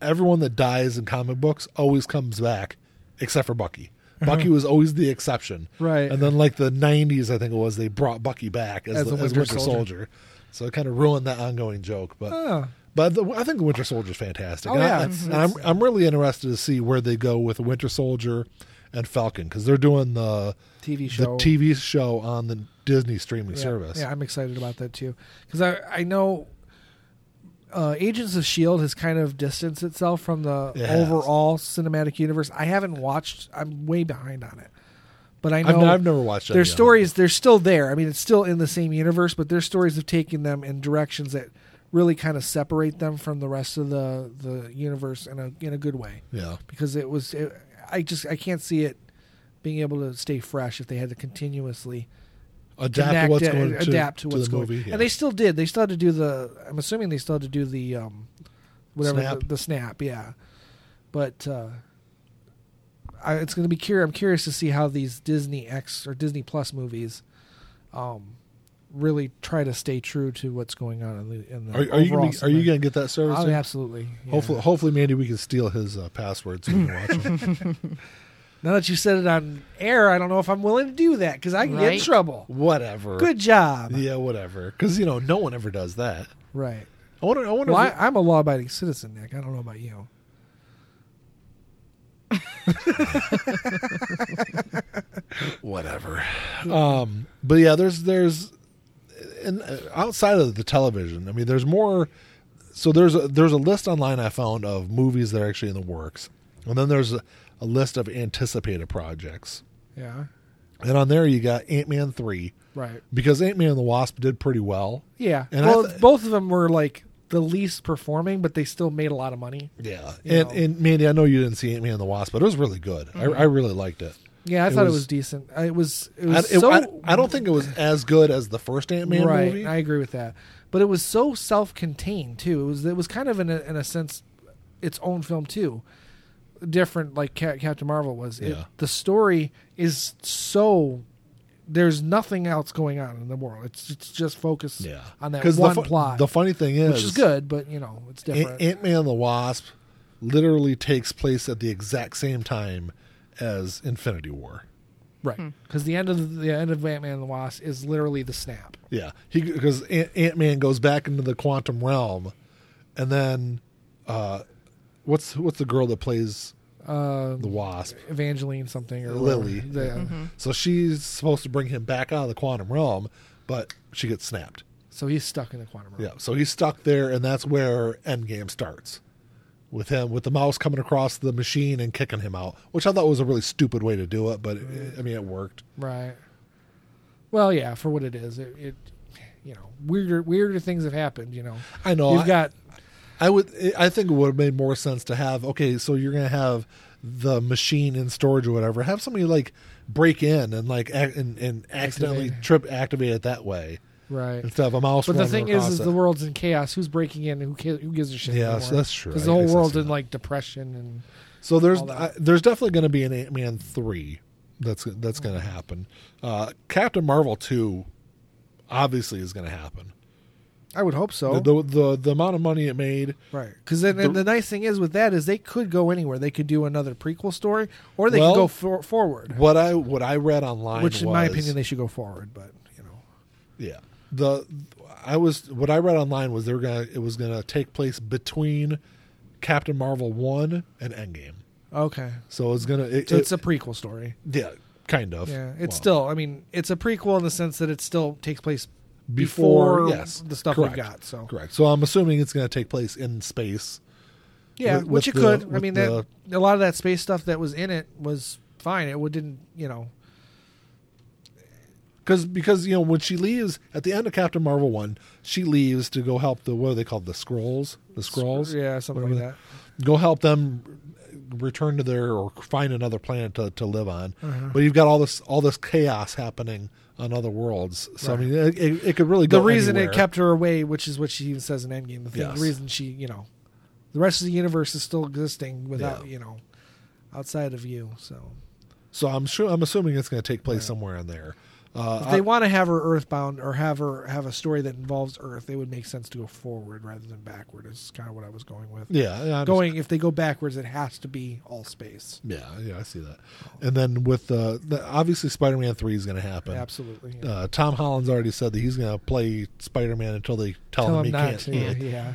Speaker 1: everyone that dies in comic books always comes back except for bucky bucky was always the exception
Speaker 2: Right.
Speaker 1: and then like the 90s i think it was they brought bucky back as, the, as winter, soldier. so it kind of ruined that ongoing joke but
Speaker 2: Oh.
Speaker 1: but the, i think the winter soldier's fantastic
Speaker 2: Oh,
Speaker 1: And I-
Speaker 2: yeah,
Speaker 1: I,
Speaker 2: it's-
Speaker 1: and I'm, I'm really interested to see where they go with winter soldier and falcon because they're doing the
Speaker 2: TV show.
Speaker 1: the tv show on the disney streaming
Speaker 2: yeah.
Speaker 1: service
Speaker 2: Yeah, I'm excited about that too because I I know. Uh, Agents of Shield has kind of distanced itself from the
Speaker 1: It has.
Speaker 2: overall cinematic universe. I haven't watched. I'm way behind on it, but I know
Speaker 1: I've, n- I've never watched any
Speaker 2: their
Speaker 1: of it.
Speaker 2: stories they're still there i mean it's still in the same universe but their stories have taken them in directions that really kind of separate them from the rest of the the universe in a in a good way
Speaker 1: Yeah,
Speaker 2: because it was it, i just i can't see it being able to stay fresh if they had to continuously
Speaker 1: adapt
Speaker 2: connect
Speaker 1: what's
Speaker 2: it-
Speaker 1: going to
Speaker 2: adapt to, what's
Speaker 1: the
Speaker 2: going
Speaker 1: movie, yeah.
Speaker 2: and they still did they still had to do the i'm assuming they still had to do the um whatever
Speaker 1: Snap.
Speaker 2: The, the snap yeah but uh I, it's going to be curious i'm curious to see how these disney x or disney plus movies um really try to stay true to what's going on in the, in the
Speaker 1: are, are you
Speaker 2: overall
Speaker 1: gonna, are you
Speaker 2: cinematic-
Speaker 1: going to get that service?
Speaker 2: Oh,
Speaker 1: soon?
Speaker 2: absolutely yeah.
Speaker 1: Hopefully, hopefully, Mandy, we can steal his uh, password so we can watch him.
Speaker 2: now that you said it on air i don't know if i'm willing to do that because i can get in
Speaker 3: Right.
Speaker 2: trouble
Speaker 1: whatever.
Speaker 2: good job
Speaker 1: Yeah, whatever. Because you know, no one ever does that.
Speaker 2: right
Speaker 1: I wonder. I wonder.
Speaker 2: well
Speaker 1: if
Speaker 2: I, i'm a law-abiding citizen nick i don't know about you
Speaker 1: whatever. Um, but yeah, there's there's, and uh, outside of the television, I mean, there's more. So there's a, there's a list online I found of movies that are actually in the works, and then there's a, a list of anticipated projects.
Speaker 2: yeah
Speaker 1: And on there, you got Ant Man three,
Speaker 2: Right.
Speaker 1: because Ant Man and the Wasp did pretty well.
Speaker 2: Yeah.
Speaker 1: And I
Speaker 2: well,
Speaker 1: th-
Speaker 2: both of them were like the least performing, but they still made a lot of money.
Speaker 1: Yeah,
Speaker 2: You
Speaker 1: and
Speaker 2: know.
Speaker 1: and Mandy, I know you didn't see Ant Man and the Wasp, but it was really good. I, I really liked it.
Speaker 2: Yeah, I
Speaker 1: It
Speaker 2: thought
Speaker 1: was-
Speaker 2: it was decent. I- It was. Mm-hmm. It
Speaker 1: I,
Speaker 2: was
Speaker 1: it-
Speaker 2: so.
Speaker 1: I, I don't think it was as good as the first Ant Man
Speaker 2: right.
Speaker 1: movie.
Speaker 2: I agree with that. But it was so self-contained too. It was. It was kind of in a, in a sense, its own film too. Different, like Ca- Captain Marvel was. It-
Speaker 1: Yeah.
Speaker 2: the story is so. There's nothing else going on in the world. It's it's just focused
Speaker 1: yeah,
Speaker 2: on that
Speaker 1: 'Cause
Speaker 2: one
Speaker 1: the fu-
Speaker 2: plot,
Speaker 1: The funny thing is,
Speaker 2: which is good, but you know it's different.
Speaker 1: Ant Man and the Wasp literally takes place at the exact same time as Infinity War.
Speaker 2: Right, because the end of the, the end of Ant Man and the Wasp is literally the snap.
Speaker 1: Yeah, he because Ant Man goes back into the quantum realm, and then, uh, what's what's the girl that plays
Speaker 2: Uh,
Speaker 1: the Wasp?
Speaker 2: Evangeline something or whatever.
Speaker 1: Lily.
Speaker 2: The-
Speaker 1: So she's supposed to bring him back out of the quantum realm, but she gets snapped.
Speaker 2: So he's stuck in the quantum realm.
Speaker 1: Yeah. So he's stuck there, and that's where Endgame starts with him, with the mouse coming across the machine and kicking him out, which I thought was a really stupid way to do it, but it, I mean, it worked.
Speaker 2: Right. Well, yeah, for what it is, it, it you know weirder weirder things have happened. You know,
Speaker 1: I know.
Speaker 2: you've
Speaker 1: I,
Speaker 2: got
Speaker 1: I would. I think it would have made more sense to have. Okay, so you're gonna have the machine in storage or whatever. Have somebody like break in and like ac- and, and accidentally
Speaker 2: Activate.
Speaker 1: trip activate it that way
Speaker 2: right.
Speaker 1: instead of a mouse.
Speaker 2: But the
Speaker 1: running
Speaker 2: thing is,
Speaker 1: across
Speaker 2: is
Speaker 1: it.
Speaker 2: the world's in chaos. Who's breaking in? Who ca- who gives a shit?
Speaker 1: Yeah, so that's true.
Speaker 2: Because
Speaker 1: I
Speaker 2: the whole
Speaker 1: guess I
Speaker 2: world's
Speaker 1: see
Speaker 2: in
Speaker 1: that.
Speaker 2: like depression and
Speaker 1: So there's
Speaker 2: all that.
Speaker 1: I, there's definitely going to be an Ant Man three. That's that's going to happen. Uh, Captain Marvel two, obviously, is going to happen.
Speaker 2: I would hope so.
Speaker 1: The, the the the amount of money it made.
Speaker 2: Right. Because then and
Speaker 1: The-
Speaker 2: the nice thing is with that is they could go anywhere. They could do another prequel story, or they
Speaker 1: Well-
Speaker 2: could go for, forward.
Speaker 1: What I what I read online,
Speaker 2: Which, in my
Speaker 1: was-
Speaker 2: opinion, they should go forward. But you know,
Speaker 1: Yeah. The I was what I read online was they were gonna it was gonna take place between Captain Marvel one and Endgame.
Speaker 2: okay.
Speaker 1: So it's gonna it,
Speaker 2: So
Speaker 1: it-
Speaker 2: it's a prequel story.
Speaker 1: yeah kind of
Speaker 2: Yeah,
Speaker 1: Well,
Speaker 2: it's still. I mean, it's a prequel in the sense that it still takes place
Speaker 1: before,
Speaker 2: before,
Speaker 1: yes
Speaker 2: the stuff
Speaker 1: correct,
Speaker 2: we've got. So
Speaker 1: correct. So I'm assuming it's gonna take place in space.
Speaker 2: yeah,
Speaker 1: With-
Speaker 2: which
Speaker 1: with
Speaker 2: it
Speaker 1: the-
Speaker 2: could. I
Speaker 1: with
Speaker 2: mean,
Speaker 1: the-
Speaker 2: that a lot of that space stuff that was in it was fine. It would, didn't you know?
Speaker 1: Because because you know when she leaves at the end of Captain Marvel one, she leaves to go help the what are they called the scrolls the scrolls
Speaker 2: Yeah, something like
Speaker 1: Whatever
Speaker 2: that.
Speaker 1: go help them return to their or find another planet to, to live on.
Speaker 2: Uh-huh.
Speaker 1: But you've got all this all this chaos happening on other worlds. So I mean it, it, it could really go
Speaker 2: the reason
Speaker 1: anywhere.
Speaker 2: it kept her away, which is what she even says in Endgame, the, thing,
Speaker 1: Yes.
Speaker 2: the reason she, you know, the rest of the universe is still existing without,
Speaker 1: Yeah.
Speaker 2: you know, outside of you. So
Speaker 1: So I'm sure I'm assuming it's going to take place
Speaker 2: Yeah.
Speaker 1: somewhere in there. Uh,
Speaker 2: if
Speaker 1: I-
Speaker 2: they want to have her Earthbound or have her have a story that involves Earth, it would make sense to go forward rather than backward. Is kind of what I was going with.
Speaker 1: yeah, yeah, I
Speaker 2: Going if they go backwards, it has to be all space.
Speaker 1: understand. Yeah, yeah, I see that. And then with uh, the, obviously Spider-Man three is going to happen.
Speaker 2: Absolutely. yeah.
Speaker 1: Uh, Tom Holland's already said that he's going to play Spider-Man until they tell,
Speaker 2: Tell
Speaker 1: him he
Speaker 2: him not
Speaker 1: can't,
Speaker 2: to. Yeah, yeah.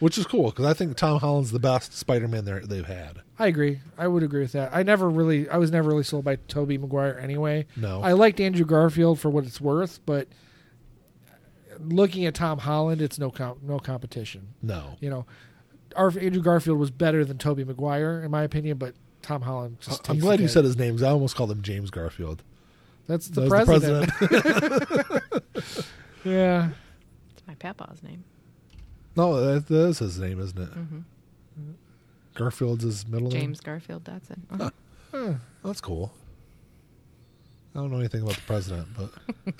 Speaker 1: which is cool because I think Tom Holland's the best Spider-Man there- they've had.
Speaker 2: I agree. I would agree with that. I never really, I was never really sold by Toby Maguire anyway.
Speaker 1: No,
Speaker 2: I liked Andrew Garfield for what it's worth, but looking at Tom Holland, it's no com- no competition.
Speaker 1: no,
Speaker 2: You know, our Andrew Garfield was better than Toby Maguire in my opinion, but Tom Holland. Just
Speaker 1: I'm
Speaker 2: takes
Speaker 1: glad
Speaker 2: the
Speaker 1: you
Speaker 2: cake.
Speaker 1: said his names. I almost called him James Garfield.
Speaker 2: that's the,
Speaker 1: That was
Speaker 2: president. yeah,
Speaker 3: It's my papa's name.
Speaker 1: no, that, that is his name, isn't it?
Speaker 2: Mm-hmm.
Speaker 3: hmm
Speaker 1: Garfield's his middle name.
Speaker 3: James Garfield Dodson.
Speaker 2: Uh.
Speaker 3: Oh,
Speaker 1: That's cool. I don't know anything about the president, but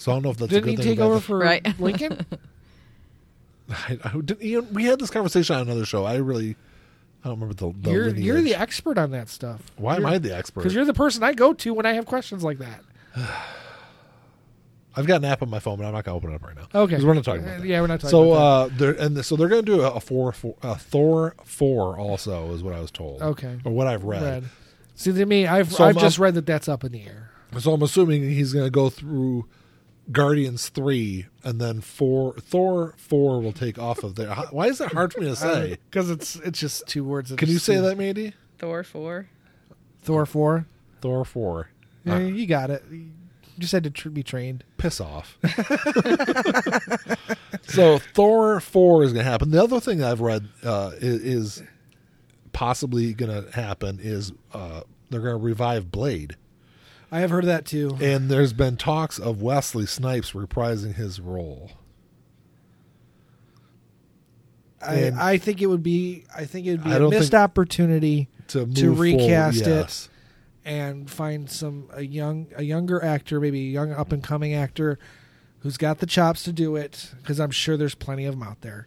Speaker 1: so I don't know if that's
Speaker 2: didn't
Speaker 1: a
Speaker 2: he
Speaker 1: good
Speaker 2: take
Speaker 1: thing. about
Speaker 2: over
Speaker 1: the-
Speaker 2: for
Speaker 3: Right.
Speaker 2: Lincoln?
Speaker 1: I, I didn't, you know, we had this conversation on another show. I really, I don't remember the. the
Speaker 2: you're you're the
Speaker 1: lineage.
Speaker 2: expert on that stuff.
Speaker 1: Why am I the expert?
Speaker 2: Because you're the person I go to when I have questions like that.
Speaker 1: I've got an app on my phone, but I'm not gonna open it up right now.
Speaker 2: Okay.
Speaker 1: 'Cause we're not talking
Speaker 2: Uh,
Speaker 1: about that.
Speaker 2: Yeah, we're not talking.
Speaker 1: So uh,
Speaker 2: about
Speaker 1: they're and so they're gonna do a, a four, four a Thor four also is what I was told.
Speaker 2: Okay.
Speaker 1: or what I've
Speaker 2: that.
Speaker 1: read.
Speaker 2: Red. See to me, I've
Speaker 1: So um,
Speaker 2: I've
Speaker 1: I'm-
Speaker 2: just read that that's up in the air.
Speaker 1: So I'm assuming he's gonna go through Guardians three and then four. Thor four will take off of there. How- Why is that hard for me to say?
Speaker 2: because it's it's just two words. that
Speaker 1: Can
Speaker 2: are
Speaker 1: you say
Speaker 2: stupid.
Speaker 1: that, Mandy?
Speaker 3: Thor four.
Speaker 2: Thor four?
Speaker 1: Thor four.
Speaker 2: Yeah,
Speaker 1: Uh,
Speaker 2: you got it. You just had to tr- be trained.
Speaker 1: piss off. so Thor four is going to happen. The other thing I've read uh, i- is, is possibly going to happen is uh, they're going to revive Blade,
Speaker 2: I have heard of that too.
Speaker 1: and there's been talks of Wesley Snipes reprising his role.
Speaker 2: I,
Speaker 1: and-
Speaker 2: I think it would be. I think it would be
Speaker 1: I
Speaker 2: a
Speaker 1: don't
Speaker 2: missed
Speaker 1: think-
Speaker 2: opportunity
Speaker 1: To, move
Speaker 2: To
Speaker 1: forward,
Speaker 2: recast it.
Speaker 1: yes.
Speaker 2: and find some a young a younger actor, maybe a young up and coming actor who's got the chops to do it. Because I'm sure there's plenty of them out there.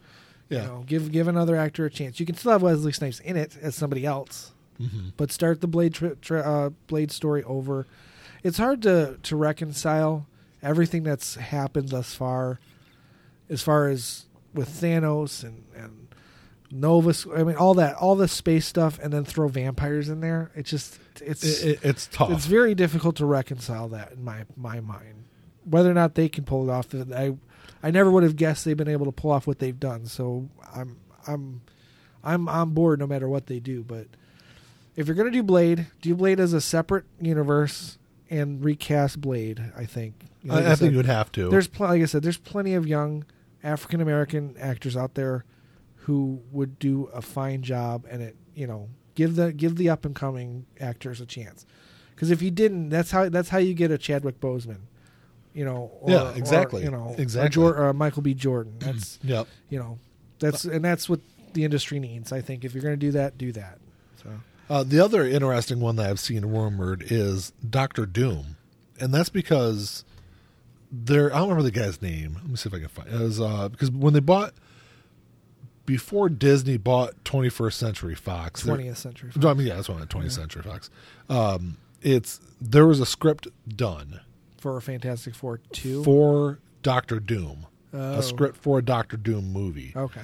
Speaker 1: Yeah.
Speaker 2: You know, give give another actor a chance. You can still have Wesley Snipes in it as somebody else.
Speaker 1: Mhm.
Speaker 2: but start the blade tri- tri- uh, blade story over. It's hard to to reconcile everything that's happened thus far, as far as with Thanos and and Nova. Sc- I mean, all that, all the space stuff, and then throw vampires in there. It just it's
Speaker 1: It- it- it's tough.
Speaker 2: it's very difficult to reconcile that in my my mind. Whether or not they can pull it off, I I never would have guessed they've been able to pull off what they've done. So I'm I'm I'm on board no matter what they do. But if you're gonna do Blade, do Blade as a separate universe and recast Blade. I think. You know, like
Speaker 1: I, I
Speaker 2: said,
Speaker 1: think you would have to.
Speaker 2: there's pl- like I said, there's plenty of young African American actors out there who would do a fine job, and it you know give the give the up and coming actors a chance. Because if you didn't, that's how that's how you get a Chadwick Boseman, you know. Or,
Speaker 1: Yeah,
Speaker 2: or,
Speaker 1: exactly.
Speaker 2: you know,
Speaker 1: Exactly.
Speaker 2: Or, Jor- or Michael B. Jordan. That's
Speaker 1: yep.
Speaker 2: you know, that's and that's what the industry needs. I think if you're going to do that, do that. So
Speaker 1: Uh, the other interesting one that I've seen rumored is Doctor Doom, and that's because there. I don't remember the guy's name. Let me see if I can find. It was uh, because when they bought before Disney bought 21st Century Fox, there-
Speaker 2: 20th century.
Speaker 1: no, I mean, yeah, that's one. 20th Century Fox. Um, it's there was a script done
Speaker 2: for Fantastic Four two.
Speaker 1: for Doctor Doom,
Speaker 2: Oh.
Speaker 1: a script for a Doctor Doom movie,
Speaker 2: Okay.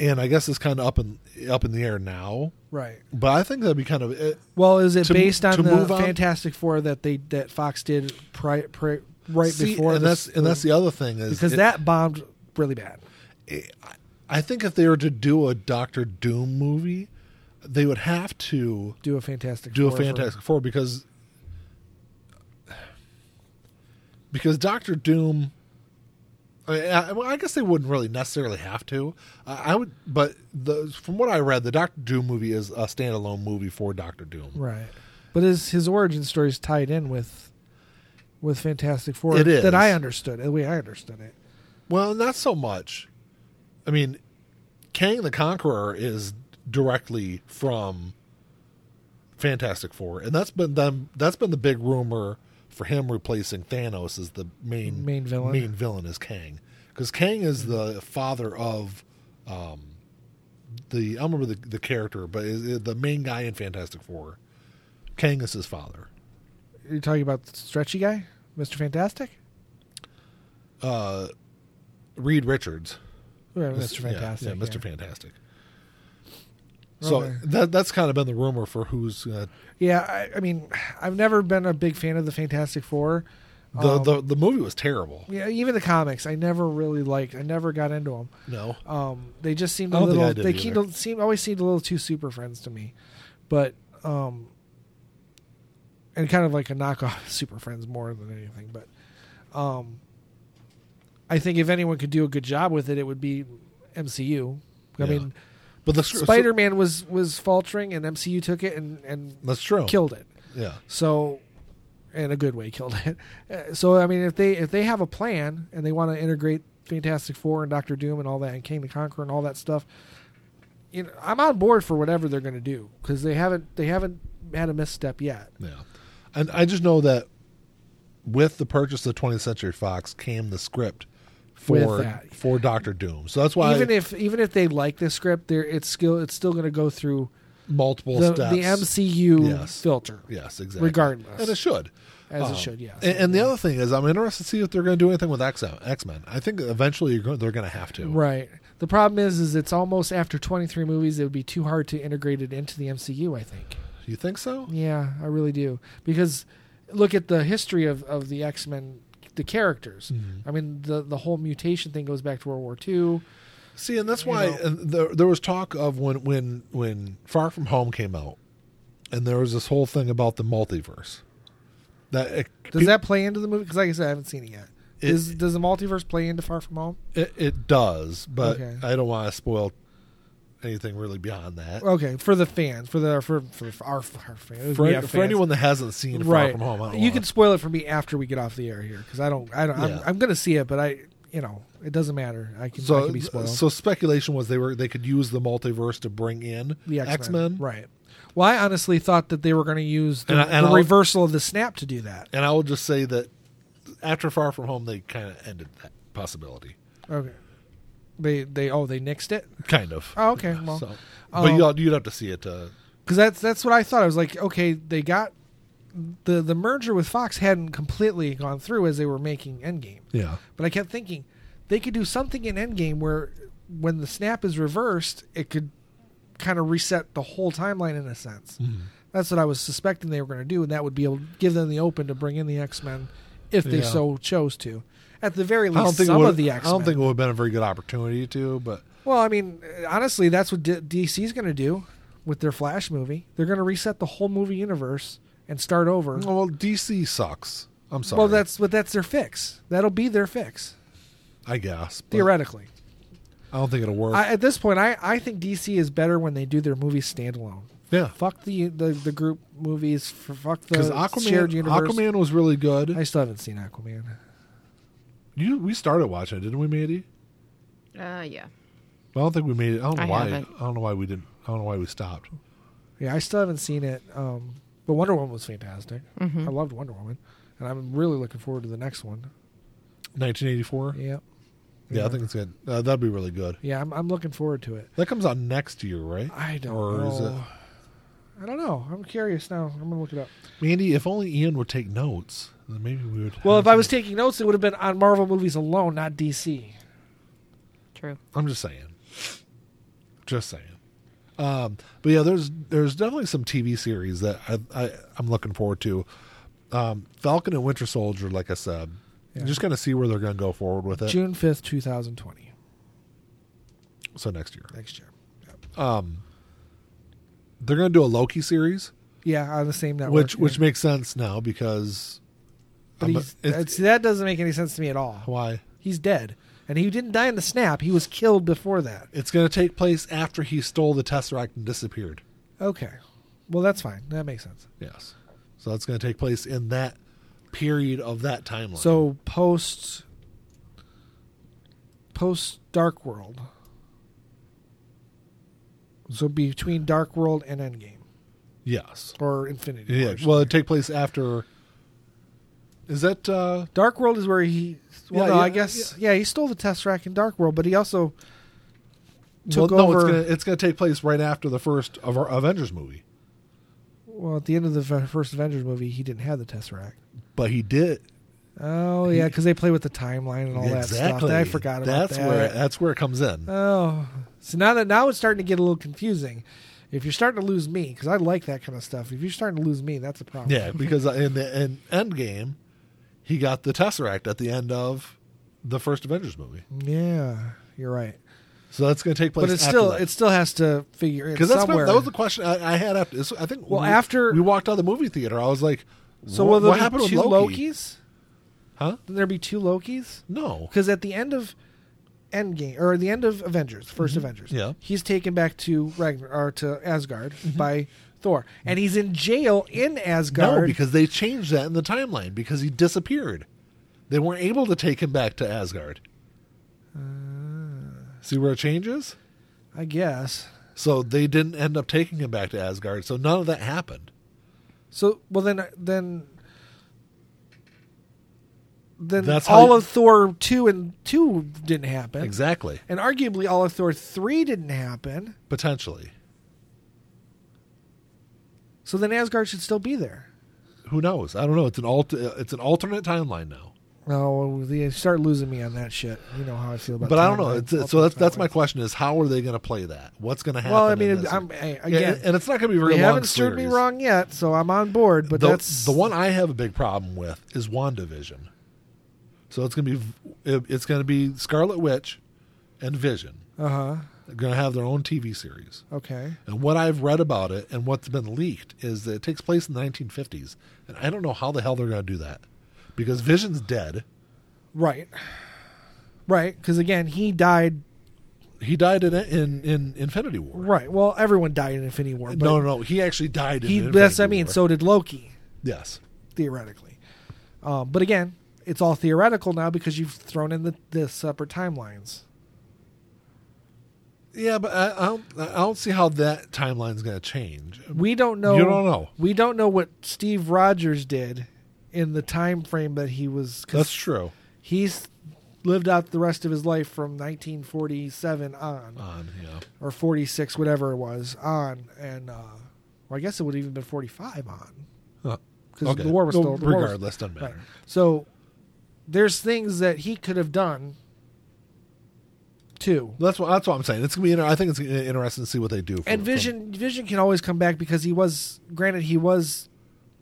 Speaker 1: and I guess it's kind of up in up in the air now.
Speaker 2: Right.
Speaker 1: But I think that'd be kind of it,
Speaker 2: Well, is it
Speaker 1: To-
Speaker 2: based
Speaker 1: to
Speaker 2: on the
Speaker 1: move on-
Speaker 2: Fantastic Four that they that Fox did pri- pri- right
Speaker 1: See,
Speaker 2: before?
Speaker 1: and
Speaker 2: this-
Speaker 1: that's and that's the other thing is
Speaker 2: because
Speaker 1: it-
Speaker 2: that bombed really bad.
Speaker 1: it- I think if they were to do a Doctor Doom movie, they would have to
Speaker 2: Do a Fantastic
Speaker 1: do a
Speaker 2: Four for-
Speaker 1: Fantastic Four because because Doctor Doom. I, mean, I, well, I guess they wouldn't really necessarily have to. I, I would, but the from what I read, the Doctor Doom movie is a standalone movie for Doctor Doom.
Speaker 2: right. But his his origin story is tied in with with Fantastic Four.
Speaker 1: It is.
Speaker 2: that I understood the way I understood it.
Speaker 1: Well, not so much. I mean, Kang the Conqueror is directly from Fantastic Four, and that's been them. That's been the big rumor for him replacing Thanos as the main
Speaker 2: Main villain.
Speaker 1: Main villain is Kang, because Kang is the father of um, the. I don't remember the, the character, but is, is the main guy in Fantastic Four. Kang is his father.
Speaker 2: You're talking about the stretchy guy, Mister Fantastic.
Speaker 1: Uh, Reed Richards.
Speaker 2: Yeah,
Speaker 1: Mis-
Speaker 2: Mister
Speaker 1: yeah,
Speaker 2: Oh, Fantastic.
Speaker 1: Yeah, Mr.
Speaker 2: yeah.
Speaker 1: Fantastic. So
Speaker 2: Okay.
Speaker 1: that that's kind of been the rumor for who's uh,
Speaker 2: Yeah, I, I mean, I've never been a big fan of the Fantastic Four.
Speaker 1: the,
Speaker 2: Um,
Speaker 1: the the movie was terrible.
Speaker 2: yeah, even the comics, I never really liked. I never got into them.
Speaker 1: No,
Speaker 2: Um, they just seemed
Speaker 1: I
Speaker 2: a
Speaker 1: don't think I
Speaker 2: little.
Speaker 1: did
Speaker 2: They
Speaker 1: either.
Speaker 2: seemed, seemed always seemed a little too super friends to me, but um, and kind of like a knockoff of Super Friends more than anything. But um, I think if anyone could do a good job with it, it would be MCU. I
Speaker 1: Yeah.
Speaker 2: mean,
Speaker 1: but the
Speaker 2: Spider Man was was faltering, and MCU took it and and
Speaker 1: That's true.
Speaker 2: killed it.
Speaker 1: Yeah,
Speaker 2: So, in a good way, killed it. Uh, So, I mean, if they if they have a plan and they want to integrate Fantastic Four and Doctor Doom and all that, and King the Conqueror and all that stuff, you know, I'm on board for whatever they're going to do because they haven't they haven't had a misstep yet.
Speaker 1: yeah. And I just know that with the purchase of 20th Century Fox came the script
Speaker 2: With
Speaker 1: for
Speaker 2: that.
Speaker 1: for Doctor Doom. So that's why
Speaker 2: even if even if they like the script, there it's still it's still going to go through
Speaker 1: multiple
Speaker 2: the,
Speaker 1: steps.
Speaker 2: the MCU
Speaker 1: Yes.
Speaker 2: filter
Speaker 1: yes, exactly.
Speaker 2: regardless,
Speaker 1: and it should.
Speaker 2: as
Speaker 1: Um,
Speaker 2: it should. Yes,
Speaker 1: And, and the other thing is, I'm interested to see if they're going to do anything with X Men. I think eventually you're going, they're going to have to.
Speaker 2: Right. The problem is, is it's almost after 23 movies, it would be too hard to integrate it into the MCU. I think.
Speaker 1: You think so?
Speaker 2: Yeah, I really do. Because look at the history of, of the X Men, the characters.
Speaker 1: Mm-hmm.
Speaker 2: I mean, the the whole mutation thing goes back to World War II.
Speaker 1: See, and that's
Speaker 2: You
Speaker 1: why
Speaker 2: know?
Speaker 1: and there, there was talk of when when when Far From Home came out, and there was this whole thing about the multiverse. That it,
Speaker 2: Does that play into the movie? Because like I said, I haven't seen it yet.
Speaker 1: It-
Speaker 2: Does does the multiverse play into Far From Home?
Speaker 1: it, it does, but
Speaker 2: Okay.
Speaker 1: I don't want to spoil anything really beyond that.
Speaker 2: Okay, for the fans, for the for for, for our, our fans,
Speaker 1: for,
Speaker 2: we have
Speaker 1: for
Speaker 2: fans.
Speaker 1: anyone that hasn't seen Far
Speaker 2: right?
Speaker 1: From Home, I don't
Speaker 2: you
Speaker 1: wanna-
Speaker 2: can spoil it for me after we get off the air here because I don't, I don't, I'm,
Speaker 1: Yeah.
Speaker 2: I'm going to see it, but I, you know, it doesn't matter. I can, I
Speaker 1: So,
Speaker 2: can be spoiled.
Speaker 1: so speculation was they were they could use the multiverse to bring in
Speaker 2: the
Speaker 1: X Men,
Speaker 2: right? Well, I honestly thought that they were going to use the,
Speaker 1: And I- and
Speaker 2: the
Speaker 1: I'll-
Speaker 2: reversal of the snap to do that.
Speaker 1: and I will just say that after Far From Home, they kind of ended that possibility,
Speaker 2: Okay, they they oh they nixed it
Speaker 1: kind of.
Speaker 2: Oh, okay, well,
Speaker 1: so, but
Speaker 2: um,
Speaker 1: you'd, you'd have to see it uh, to
Speaker 2: because that's that's what I thought. I was like, okay, they got the the merger with Fox hadn't completely gone through as they were making Endgame.
Speaker 1: yeah.
Speaker 2: But I kept thinking they could do something in Endgame where when the snap is reversed, it could kind of reset the whole timeline in a
Speaker 1: Mm-hmm.
Speaker 2: sense.
Speaker 1: mm.
Speaker 2: That's what I was suspecting they were going to do, and that would be able to give them the open to bring in the X Men if they
Speaker 1: Yeah.
Speaker 2: so chose to. At the very
Speaker 1: I
Speaker 2: least,
Speaker 1: don't think
Speaker 2: some
Speaker 1: it would,
Speaker 2: of the X
Speaker 1: I don't think it would have been a very good opportunity to, but
Speaker 2: Well, I mean, honestly, that's what D- DC's going to do with their Flash movie. They're going to reset the whole movie universe and start over.
Speaker 1: oh, well, DC sucks. I'm sorry.
Speaker 2: well, that's what that's their fix. That'll be their fix
Speaker 1: I guess. but
Speaker 2: theoretically.
Speaker 1: I don't think it'll work.
Speaker 2: I, at this point, I, I think DC is better when they do their movies standalone.
Speaker 1: yeah,
Speaker 2: Fuck the the, the group movies. f- Fuck the
Speaker 1: because
Speaker 2: shared
Speaker 1: Aquaman,
Speaker 2: universe.
Speaker 1: Aquaman was really
Speaker 2: I
Speaker 1: good.
Speaker 2: still haven't seen Aquaman.
Speaker 1: You we started watching it, didn't we, Mandy?
Speaker 3: Uh, yeah.
Speaker 1: I don't think we made it. I don't know
Speaker 3: I
Speaker 1: why.
Speaker 3: haven't.
Speaker 1: I don't know why we didn't. I don't know why we stopped.
Speaker 2: Yeah, I still haven't seen it. Um, but Wonder Woman was fantastic.
Speaker 3: Mm-hmm.
Speaker 2: I loved Wonder Woman, and I'm really looking forward to the next one.
Speaker 1: 1984. Yeah,
Speaker 2: Yeah,
Speaker 1: I think it's good. Uh, that'd be really good.
Speaker 2: yeah, I'm I'm looking forward to it.
Speaker 1: That comes out next year, right?
Speaker 2: I don't
Speaker 1: Or
Speaker 2: know.
Speaker 1: is
Speaker 2: I don't know. I'm curious now. I'm gonna look it up.
Speaker 1: Mandy, if only Ian would take notes. Then Maybe we would.
Speaker 2: Well, if
Speaker 1: have
Speaker 2: I
Speaker 1: some-
Speaker 2: was taking notes, it would have been on Marvel movies alone, not DC.
Speaker 3: True.
Speaker 1: I'm just saying. Just saying. Um, but yeah, there's there's definitely some TV series that I, I I'm looking forward to. Um, Falcon and Winter Soldier, like I said,
Speaker 2: Yeah.
Speaker 1: just kind of see where they're going to go forward with it.
Speaker 2: June 5th, 2020.
Speaker 1: So next year,
Speaker 2: Next year. Yep.
Speaker 1: um, they're going to do a Loki series,
Speaker 2: Yeah, on the same network.
Speaker 1: which
Speaker 2: yeah.
Speaker 1: which makes sense now because
Speaker 2: But
Speaker 1: I'm a-
Speaker 2: he's-
Speaker 1: it's-
Speaker 2: it's- that doesn't make any sense to me at all.
Speaker 1: why
Speaker 2: He's dead. And he didn't die in the snap. He was killed before that.
Speaker 1: it's going to take place after he stole the tesseract and disappeared.
Speaker 2: Okay. Well, that's fine. That makes sense.
Speaker 1: Yes, so that's going to take place in that period of that timeline.
Speaker 2: So post post Dark World. So between Dark World and Endgame
Speaker 1: yes,
Speaker 2: or Infinity. War,
Speaker 1: Yeah,
Speaker 2: I should
Speaker 1: well,
Speaker 2: say.
Speaker 1: it take place after. Is that uh
Speaker 2: Dark World is where he. Well,
Speaker 1: Yeah,
Speaker 2: no,
Speaker 1: yeah,
Speaker 2: I guess. Yeah. he stole the Tesseract in Dark World, but he also took
Speaker 1: well, No,
Speaker 2: over.
Speaker 1: it's gonna, it's going to take place right after the first of our Avengers movie.
Speaker 2: Well, at the end of the v- first Avengers movie, he didn't have the Tesseract.
Speaker 1: But he did
Speaker 2: Oh yeah, because they play with the timeline and all that
Speaker 1: exactly.
Speaker 2: stuff. I forgot about
Speaker 1: that's
Speaker 2: that.
Speaker 1: where that's where it comes in.
Speaker 2: Oh, so now that now it's starting to get a little confusing. If you're starting to lose me, because I like that kind of stuff. If you're starting to lose me, that's a problem.
Speaker 1: yeah, because in the in Endgame, he got the Tesseract at the end of the first Avengers movie.
Speaker 2: yeah, you're right.
Speaker 1: So that's going to take place.
Speaker 2: But it's
Speaker 1: after
Speaker 2: still
Speaker 1: that.
Speaker 2: it still has to figure it
Speaker 1: because that's
Speaker 2: somewhere.
Speaker 1: what, that was the question I, I had after. I think
Speaker 2: Well,
Speaker 1: we-
Speaker 2: after-
Speaker 1: we walked out of the movie theater, I was like,
Speaker 2: so
Speaker 1: "Wha-
Speaker 2: will there
Speaker 1: what
Speaker 2: be
Speaker 1: happened with
Speaker 2: two
Speaker 1: Loki?
Speaker 2: Lokis?
Speaker 1: Huh?
Speaker 2: Will there be two Lokis?
Speaker 1: No,
Speaker 2: Because at the end of Endgame or the end of Avengers, 1st Avengers,
Speaker 1: Mm-hmm. Yeah. Mm-hmm.
Speaker 2: he's taken back to Ragnar or to Asgard by Thor, and he's in jail in Asgard.
Speaker 1: No, because they changed that in the timeline because he disappeared. They weren't able to take him back to Asgard.
Speaker 2: Uh,
Speaker 1: See where it changes?
Speaker 2: I guess.
Speaker 1: So they didn't end up taking him back to Asgard. So none of that happened.
Speaker 2: So well then then then
Speaker 1: That's how
Speaker 2: all
Speaker 1: you-
Speaker 2: of Thor two and two didn't happen.
Speaker 1: Exactly.
Speaker 2: And arguably all of Thor three didn't happen.
Speaker 1: Potentially.
Speaker 2: So then Asgard should still be there.
Speaker 1: Who knows? I don't know. It's an alt- It's an alternate timeline now.
Speaker 2: No, they start losing me on that shit. You know how I feel about.
Speaker 1: But I don't know.
Speaker 2: timeline-
Speaker 1: It's, it's- so that's
Speaker 2: alternate
Speaker 1: that's my
Speaker 2: timelines.
Speaker 1: question: is how are they going to play that? What's going to happen?
Speaker 2: Well, I
Speaker 1: in
Speaker 2: mean,
Speaker 1: this?
Speaker 2: I'm, I,
Speaker 1: Yeah,
Speaker 2: again,
Speaker 1: and it's not going to be a very
Speaker 2: they
Speaker 1: long.
Speaker 2: haven't steered me
Speaker 1: series.
Speaker 2: wrong yet, so I'm on board. But
Speaker 1: the,
Speaker 2: that's
Speaker 1: the one I have a big problem with is WandaVision. So it's gonna be it- it's gonna be Scarlet Witch and Vision.
Speaker 2: Uh huh.
Speaker 1: They're gonna have their own TV series.
Speaker 2: Okay.
Speaker 1: And what I've read about it and what's been leaked is that it takes place in the 1950s, and I don't know how the hell they're gonna do that because Vision's dead.
Speaker 2: Right. Right. Because again, he died.
Speaker 1: He died in in, in Infinity War.
Speaker 2: Right. Well, everyone died in Infinity War. But
Speaker 1: No, no, no, he actually died. In
Speaker 2: He.
Speaker 1: Infinity
Speaker 2: That's what I mean.
Speaker 1: War.
Speaker 2: So did Loki,
Speaker 1: yes,
Speaker 2: theoretically. Um, but again, it's all theoretical now because you've thrown in the, the separate timelines.
Speaker 1: yeah, but I, I don't I don't see how that timeline's gonna change.
Speaker 2: We don't know.
Speaker 1: You don't know.
Speaker 2: We don't know what Steve Rogers did in the time frame that he was. 'cause
Speaker 1: That's true.
Speaker 2: he's lived out the rest of his life from 1947 on
Speaker 1: On yeah.
Speaker 2: or 46 whatever it was on and uh well, i guess it would have even been 45 on
Speaker 1: Huh.
Speaker 2: because the war was
Speaker 1: Well,
Speaker 2: still the war was-
Speaker 1: regardless, doesn't
Speaker 2: right.
Speaker 1: matter.
Speaker 2: so there's things that he could have done too
Speaker 1: That's what that's what I'm saying. It's gonna be. Inter- I think it's gonna be interesting to see what they do. for-
Speaker 2: and vision vision can always come back because he was granted he was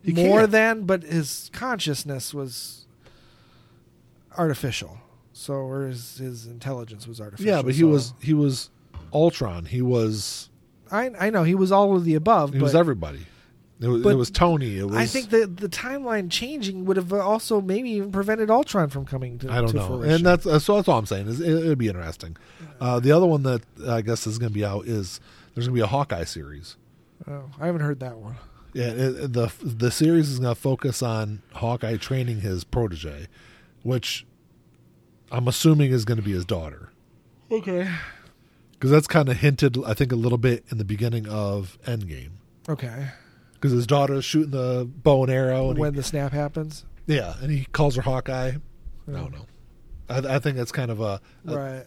Speaker 1: He
Speaker 2: more
Speaker 1: can.
Speaker 2: than but his consciousness was artificial so or his, his intelligence was
Speaker 1: from-
Speaker 2: artificial
Speaker 1: yeah, but he
Speaker 2: so-
Speaker 1: was he was Ultron. He was
Speaker 2: I I know he was all of the above,
Speaker 1: he
Speaker 2: but
Speaker 1: was everybody. It was,
Speaker 2: but
Speaker 1: it was Tony. It was.
Speaker 2: I think that the timeline changing would have uh, also maybe even prevented Ultron from coming to.
Speaker 1: I don't
Speaker 2: to
Speaker 1: know,
Speaker 2: fruition.
Speaker 1: and that's uh, so. That's all I'm saying. Is it, it'd be interesting. Uh, the other one that I guess is going to be out is there's going to be a Hawkeye series.
Speaker 2: oh, I haven't heard that one.
Speaker 1: Yeah, it, it- the the series is going to focus on Hawkeye training his protege, which I'm assuming is going to be his daughter.
Speaker 2: Okay.
Speaker 1: because that's kind of hinted i think a little bit in the beginning of endgame
Speaker 2: Okay.
Speaker 1: because his daughter's shooting the bow and arrow and he-
Speaker 2: when the snap happens,
Speaker 1: yeah and he calls her hawkeye i don't know i, I think that's kind of a, a-
Speaker 2: right?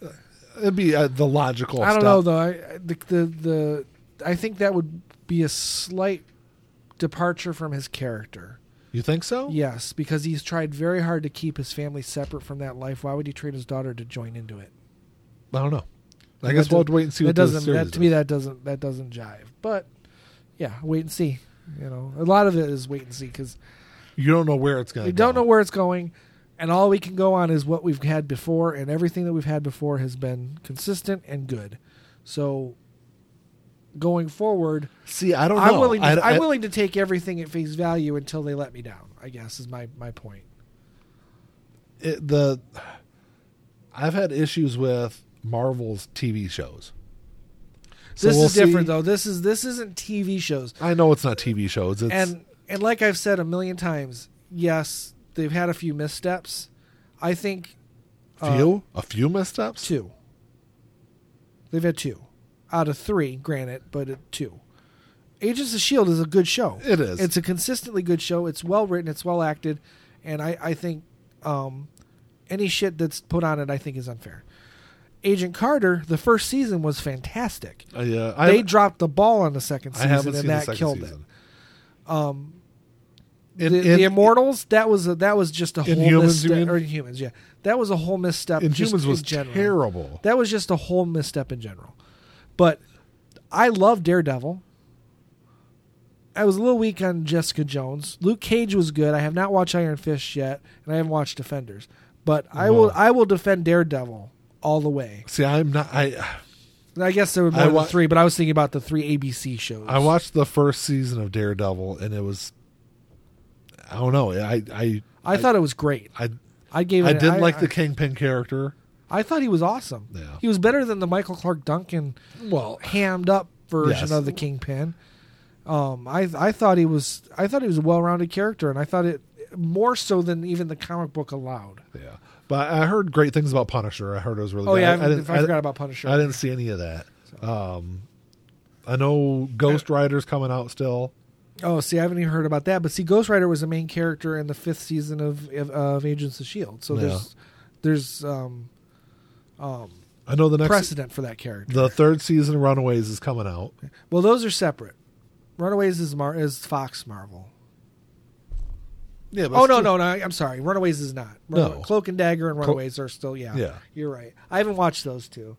Speaker 1: it'd be uh the logical
Speaker 2: I don't
Speaker 1: step.
Speaker 2: know though. I I- the, the the I think that would be a slight departure from his character
Speaker 1: You think so?
Speaker 2: Yes, because he's tried very hard to keep his family separate from that life. Why would he trade his daughter to join into it?
Speaker 1: I don't know. I
Speaker 2: That
Speaker 1: guess we'll have
Speaker 2: doesn't-
Speaker 1: to wait and see
Speaker 2: that
Speaker 1: what this
Speaker 2: doesn't.
Speaker 1: series
Speaker 2: That, to me,
Speaker 1: does.
Speaker 2: that doesn't that doesn't jive. But yeah, wait and see. You know, a lot of it is wait and see because
Speaker 1: You don't know where it's going.
Speaker 2: we don't know where it's going, and all we can go on is what we've had before, and everything that we've had before has been consistent and good. So, going forward,
Speaker 1: See, I don't know.
Speaker 2: I'm willing. To,
Speaker 1: I,
Speaker 2: I,
Speaker 1: I-
Speaker 2: am willing to take everything at face value until they let me down. I guess is my my point.
Speaker 1: it- the I've had issues with Marvel's TV shows. So
Speaker 2: This
Speaker 1: we'll
Speaker 2: is different
Speaker 1: see.
Speaker 2: though. This is this isn't TV shows.
Speaker 1: I know it's not TV shows. It's
Speaker 2: and and like I've said a million times, yes, they've had a few missteps. I think uh,
Speaker 1: few, a few missteps.
Speaker 2: two. They've had two out of three, granted, but it, two. Agents of Shield E is a good show.
Speaker 1: It is.
Speaker 2: It's a consistently good show. It's well written. It's well acted, and I I think um, any shit that's put on it, I think is unfair. Agent Carter, the first season was fantastic.
Speaker 1: Uh, yeah,
Speaker 2: they
Speaker 1: I,
Speaker 2: dropped the ball on the second
Speaker 1: I
Speaker 2: season,
Speaker 1: haven't
Speaker 2: and
Speaker 1: seen the
Speaker 2: that
Speaker 1: second
Speaker 2: killed it
Speaker 1: season. Um,
Speaker 2: the, the Immortals. That was a, that was just a whole
Speaker 1: In humans, you
Speaker 2: misstep.
Speaker 1: mean?
Speaker 2: Or in humans, yeah, that was a whole misstep.
Speaker 1: in
Speaker 2: just
Speaker 1: humans was
Speaker 2: in general.
Speaker 1: terrible.
Speaker 2: That was just a whole misstep in general. But I love Daredevil. I was a little weak on Jessica Jones. Luke Cage was good. I have not watched Iron Fist yet, and I haven't watched Defenders. But I will
Speaker 1: No.
Speaker 2: I will defend Daredevil all the way.
Speaker 1: See, I'm not. I
Speaker 2: And I guess there were more
Speaker 1: I
Speaker 2: than
Speaker 1: wa-
Speaker 2: three, but I was thinking about the three ABC shows.
Speaker 1: I watched the first season of Daredevil, and it was. I don't know. I I
Speaker 2: I thought it was great.
Speaker 1: I
Speaker 2: I gave. It
Speaker 1: I didn't
Speaker 2: I-
Speaker 1: like the
Speaker 2: I-
Speaker 1: Kingpin character.
Speaker 2: I thought he was awesome.
Speaker 1: Yeah.
Speaker 2: He was better than the Michael Clark Duncan, well, hammed up version
Speaker 1: Yes.
Speaker 2: of the Kingpin. Um, I I thought he was I thought he was a well-rounded character, and I thought it more so than even the comic book allowed.
Speaker 1: Yeah, but I heard great things about Punisher. I heard it was really.
Speaker 2: Oh
Speaker 1: good.
Speaker 2: yeah, I,
Speaker 1: I, didn't.
Speaker 2: I,
Speaker 1: I-
Speaker 2: forgot about Punisher.
Speaker 1: I didn't see any of that. Um, I know Ghost Rider's coming out still.
Speaker 2: oh, see, I haven't even heard about that. But see, Ghost Rider was a main character in the fifth season of of, of Agents of Shield. E So
Speaker 1: Yeah.
Speaker 2: there's there's um, um,
Speaker 1: I know the next
Speaker 2: precedent for that character.
Speaker 1: the third season of Runaways is coming out.
Speaker 2: Well, those are separate. Runaways is Mar- is Fox Marvel.
Speaker 1: Yeah.
Speaker 2: Oh no, no, no! I- I'm sorry. Runaways is not. Run-
Speaker 1: No.
Speaker 2: Cloak and Dagger and Runaways are still. Yeah,
Speaker 1: Yeah.
Speaker 2: You're right. I haven't watched those two.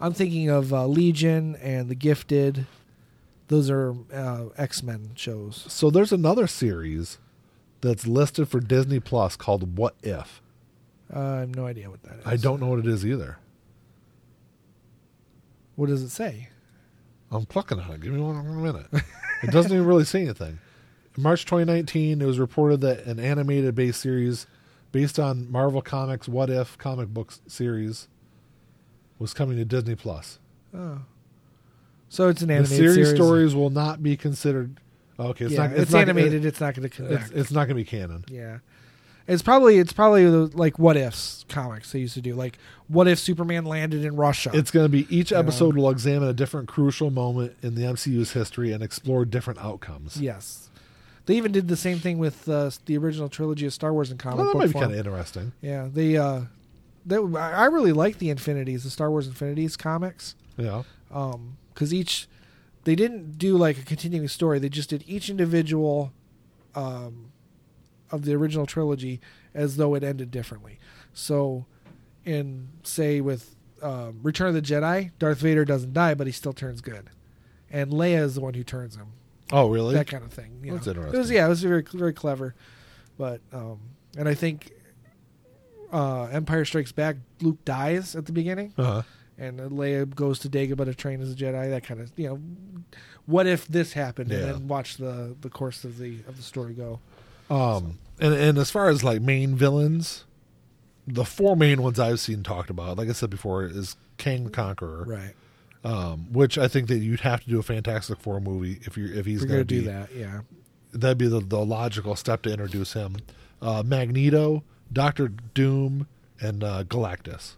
Speaker 2: I'm thinking of uh, Legion and The Gifted. Those are uh, X Men shows.
Speaker 1: So there's another series that's listed for Disney Plus called What If.
Speaker 2: Uh, I have no idea what that is.
Speaker 1: I don't know what it is either.
Speaker 2: What does it say?
Speaker 1: I'm clucking on it. Give me one minute. It doesn't even really say anything. In March 2019, it was reported that an animated based series based on Marvel Comics What If comic book series was coming to Disney Plus.
Speaker 2: Oh. So it's an
Speaker 1: The
Speaker 2: animated
Speaker 1: series,
Speaker 2: series.
Speaker 1: stories will not be considered. Okay, it's
Speaker 2: yeah,
Speaker 1: not.
Speaker 2: it's,
Speaker 1: not-
Speaker 2: animated. it's not going to
Speaker 1: it's,
Speaker 2: connect.
Speaker 1: it's not going to be canon.
Speaker 2: yeah. It's probably it's probably the, like what ifs comics they used to do like what if Superman landed in Russia?
Speaker 1: It's going to be each episode will examine a different crucial moment in the MCU's history and explore different outcomes.
Speaker 2: Yes. They even did the same thing with uh, the original trilogy of Star Wars and comic
Speaker 1: Well, that
Speaker 2: book
Speaker 1: might be
Speaker 2: form.
Speaker 1: kind of interesting.
Speaker 2: yeah, they. Uh, they I I really like the Infinities, the Star Wars Infinities comics,
Speaker 1: Yeah.
Speaker 2: because each they didn't do like a continuing story. They just did each individual um, of the original trilogy as though it ended differently. So, in say with um, Return of the Jedi, Darth Vader doesn't die, but he still turns good, and Leia is the one who turns him
Speaker 1: Oh, really?
Speaker 2: that kind of thing. You
Speaker 1: That's
Speaker 2: know. It was
Speaker 1: interesting.
Speaker 2: yeah, it was very very clever, but um, and I think uh, Empire Strikes Back, Luke dies at the beginning,
Speaker 1: uh-huh.
Speaker 2: and Leia goes to Dagobah to train as a Jedi. That kind of you know, what if this happened? And
Speaker 1: Yeah.
Speaker 2: then watch the the course of the of the story go.
Speaker 1: Um, and and as far as like main villains, the four main ones I've seen talked about, like I said before, is Kang the Conqueror,
Speaker 2: Right,
Speaker 1: um, which I think that you'd have to do a Fantastic Four movie if you if he's
Speaker 2: we're
Speaker 1: going to
Speaker 2: gonna do that. Yeah,
Speaker 1: That'd be the, the logical step to introduce him. Uh, Magneto, Doctor Doom, and uh, Galactus.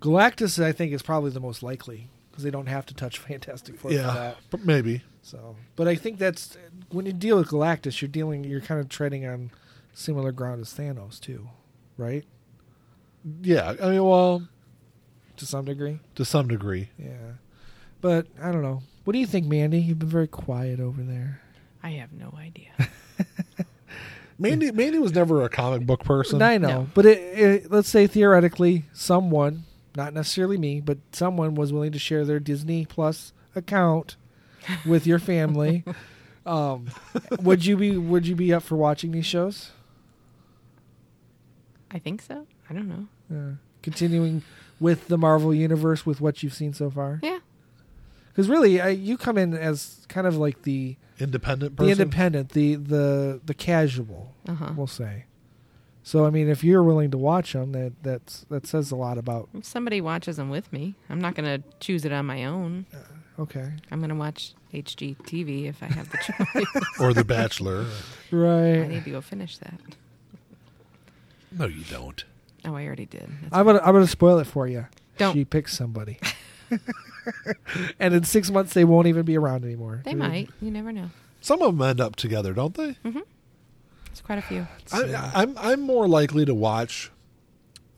Speaker 2: Galactus I think is probably the most likely because they don't have to touch Fantastic Four for
Speaker 1: yeah,
Speaker 2: that.
Speaker 1: but maybe.
Speaker 2: So, but I think that's when you deal with Galactus, you're dealing, you're kind of treading on similar ground as Thanos too, right?
Speaker 1: Yeah, I mean, well,
Speaker 2: To some degree,
Speaker 1: to some degree.
Speaker 2: yeah. But I don't know. What do you think, Mandy? You've been very quiet over there.
Speaker 3: I have no idea.
Speaker 1: Mandy Mandy was never a comic book person.
Speaker 2: I know,
Speaker 3: No.
Speaker 2: but it, it, let's say theoretically, someone, not necessarily me, but someone was willing to share their Disney Plus account with your family. um, would you be Would you be up for watching these shows?
Speaker 3: I think so. I don't know.
Speaker 2: Uh, continuing with the Marvel universe with what you've seen so far,
Speaker 3: Yeah.
Speaker 2: because really, I, you come in as kind of like the
Speaker 1: Independent person.
Speaker 2: the independent, the the the casual,
Speaker 3: Uh huh.
Speaker 2: we'll say. So I mean, if you're willing to watch them, that that's that says a lot about.
Speaker 3: If somebody watches them with me, I'm not going to choose it on my own.
Speaker 2: Okay,
Speaker 3: I'm going to watch HGTV if I have the choice.
Speaker 1: or The Bachelor.
Speaker 2: right.
Speaker 3: I need to go finish that.
Speaker 1: No, you don't.
Speaker 3: Oh, I already did. That's
Speaker 2: I'm gonna I'm gonna spoil it for you.
Speaker 3: Don't.
Speaker 2: She picks somebody, and in six months they won't even be around anymore.
Speaker 3: They might. You never know.
Speaker 1: Some of them end up together, don't they?
Speaker 3: It's quite a few.
Speaker 1: I, I'm I'm more likely to watch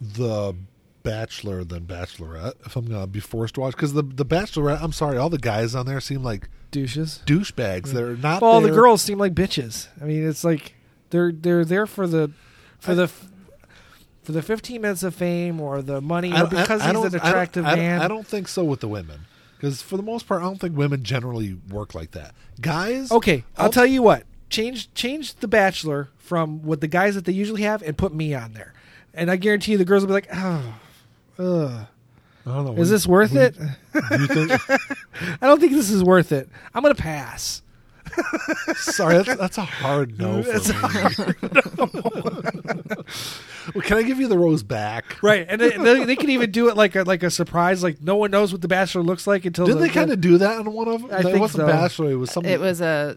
Speaker 1: The Bachelor than Bachelorette if I'm gonna be forced to watch because the the Bachelorette. I'm sorry, all the guys on there seem like
Speaker 2: douches.
Speaker 1: douchebags. They're not.
Speaker 2: Well, the
Speaker 1: there-
Speaker 2: girls seem like bitches. I mean, it's like they're they're there for the for the for the 15 minutes of fame or the money
Speaker 1: I-
Speaker 2: or because
Speaker 1: I- I
Speaker 2: he's
Speaker 1: don't-
Speaker 2: an
Speaker 1: I don't-
Speaker 2: attractive
Speaker 1: I don't-
Speaker 2: man.
Speaker 1: I don't think so with the women because for the most part, I don't think women generally work like that. Guys,
Speaker 2: Okay, I'll tell you what. Change change the Bachelor from what the guys that they usually have and put me on there, and I guarantee you the girls will be like, oh, ugh.
Speaker 1: I don't know,
Speaker 2: Is
Speaker 1: we-
Speaker 2: this worth
Speaker 1: we-
Speaker 2: it?
Speaker 1: do you think?
Speaker 2: I don't think this is worth it. I'm gonna pass.
Speaker 1: Sorry, that's, that's a hard no for
Speaker 2: That's a
Speaker 1: me. well, can I give you the rose back?
Speaker 2: Right, and they, they, they can even do it like a like a surprise, like no one knows what the Bachelor looks like until
Speaker 1: Did
Speaker 2: the-
Speaker 1: they kind of do that on one of them?
Speaker 2: I
Speaker 1: it
Speaker 2: think
Speaker 1: wasn't
Speaker 2: so.
Speaker 1: Bachelor. It was something.
Speaker 3: It was a. uh,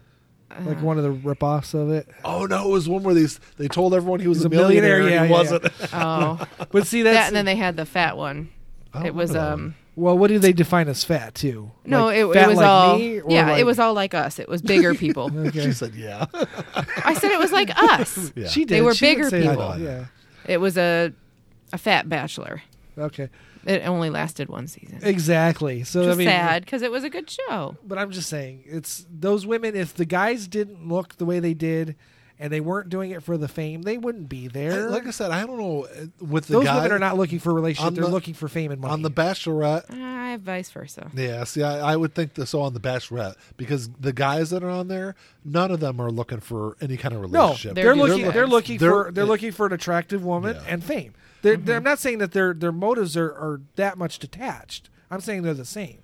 Speaker 2: like one of the ripoffs of it.
Speaker 1: Oh no, it was one where they s- they told everyone he was
Speaker 2: He's
Speaker 1: a
Speaker 2: a millionaire,
Speaker 1: millionaire. and
Speaker 2: yeah,
Speaker 1: he
Speaker 2: yeah,
Speaker 1: wasn't.
Speaker 3: Oh.
Speaker 2: But see
Speaker 3: that
Speaker 2: that's Oh,
Speaker 3: and then they had the fat one.
Speaker 1: I don't
Speaker 3: It was
Speaker 1: remember that
Speaker 3: um
Speaker 2: well, what do they define as fat too?
Speaker 3: no
Speaker 2: Like,
Speaker 3: it, it
Speaker 2: fat
Speaker 3: was
Speaker 2: like
Speaker 3: all
Speaker 2: me, or
Speaker 3: yeah
Speaker 2: like-
Speaker 3: it was all like us. It was bigger people.
Speaker 2: Okay.
Speaker 1: She said, "Yeah,
Speaker 3: I said it was like us.
Speaker 1: yeah."
Speaker 2: She did.
Speaker 3: They were
Speaker 2: She would
Speaker 3: bigger
Speaker 2: say
Speaker 1: people.
Speaker 2: that. Yeah.
Speaker 3: It was a a fat bachelor.
Speaker 2: Okay.
Speaker 3: It only lasted one season. Which
Speaker 2: Exactly. So
Speaker 3: is
Speaker 2: I mean,
Speaker 3: sad because it was a good show.
Speaker 2: but I'm just saying, it's those women. If the guys didn't look the way they did, and they weren't doing it for the fame, they wouldn't be
Speaker 1: I-
Speaker 2: there.
Speaker 1: like I said, I don't know uh, with the
Speaker 2: those
Speaker 1: guy
Speaker 2: women are not looking for a relationship;
Speaker 1: on
Speaker 2: they're
Speaker 1: the-
Speaker 2: looking for fame and money.
Speaker 1: on the Bachelorette.
Speaker 3: Uh, vice versa.
Speaker 1: Yeah, see, I, I would think the, so on the Bachelorette because the guys that are on there, none of them are looking for any kind of
Speaker 2: No,
Speaker 1: relationship.
Speaker 2: they're,
Speaker 3: They're
Speaker 2: looking.
Speaker 3: douchebags.
Speaker 2: They're looking
Speaker 1: They're-
Speaker 2: for. They're looking for an attractive woman
Speaker 1: Yeah. Mm-hmm.
Speaker 2: and fame. They're, they're, I'm not saying that their their motives are, are that much detached. I'm saying they're the same.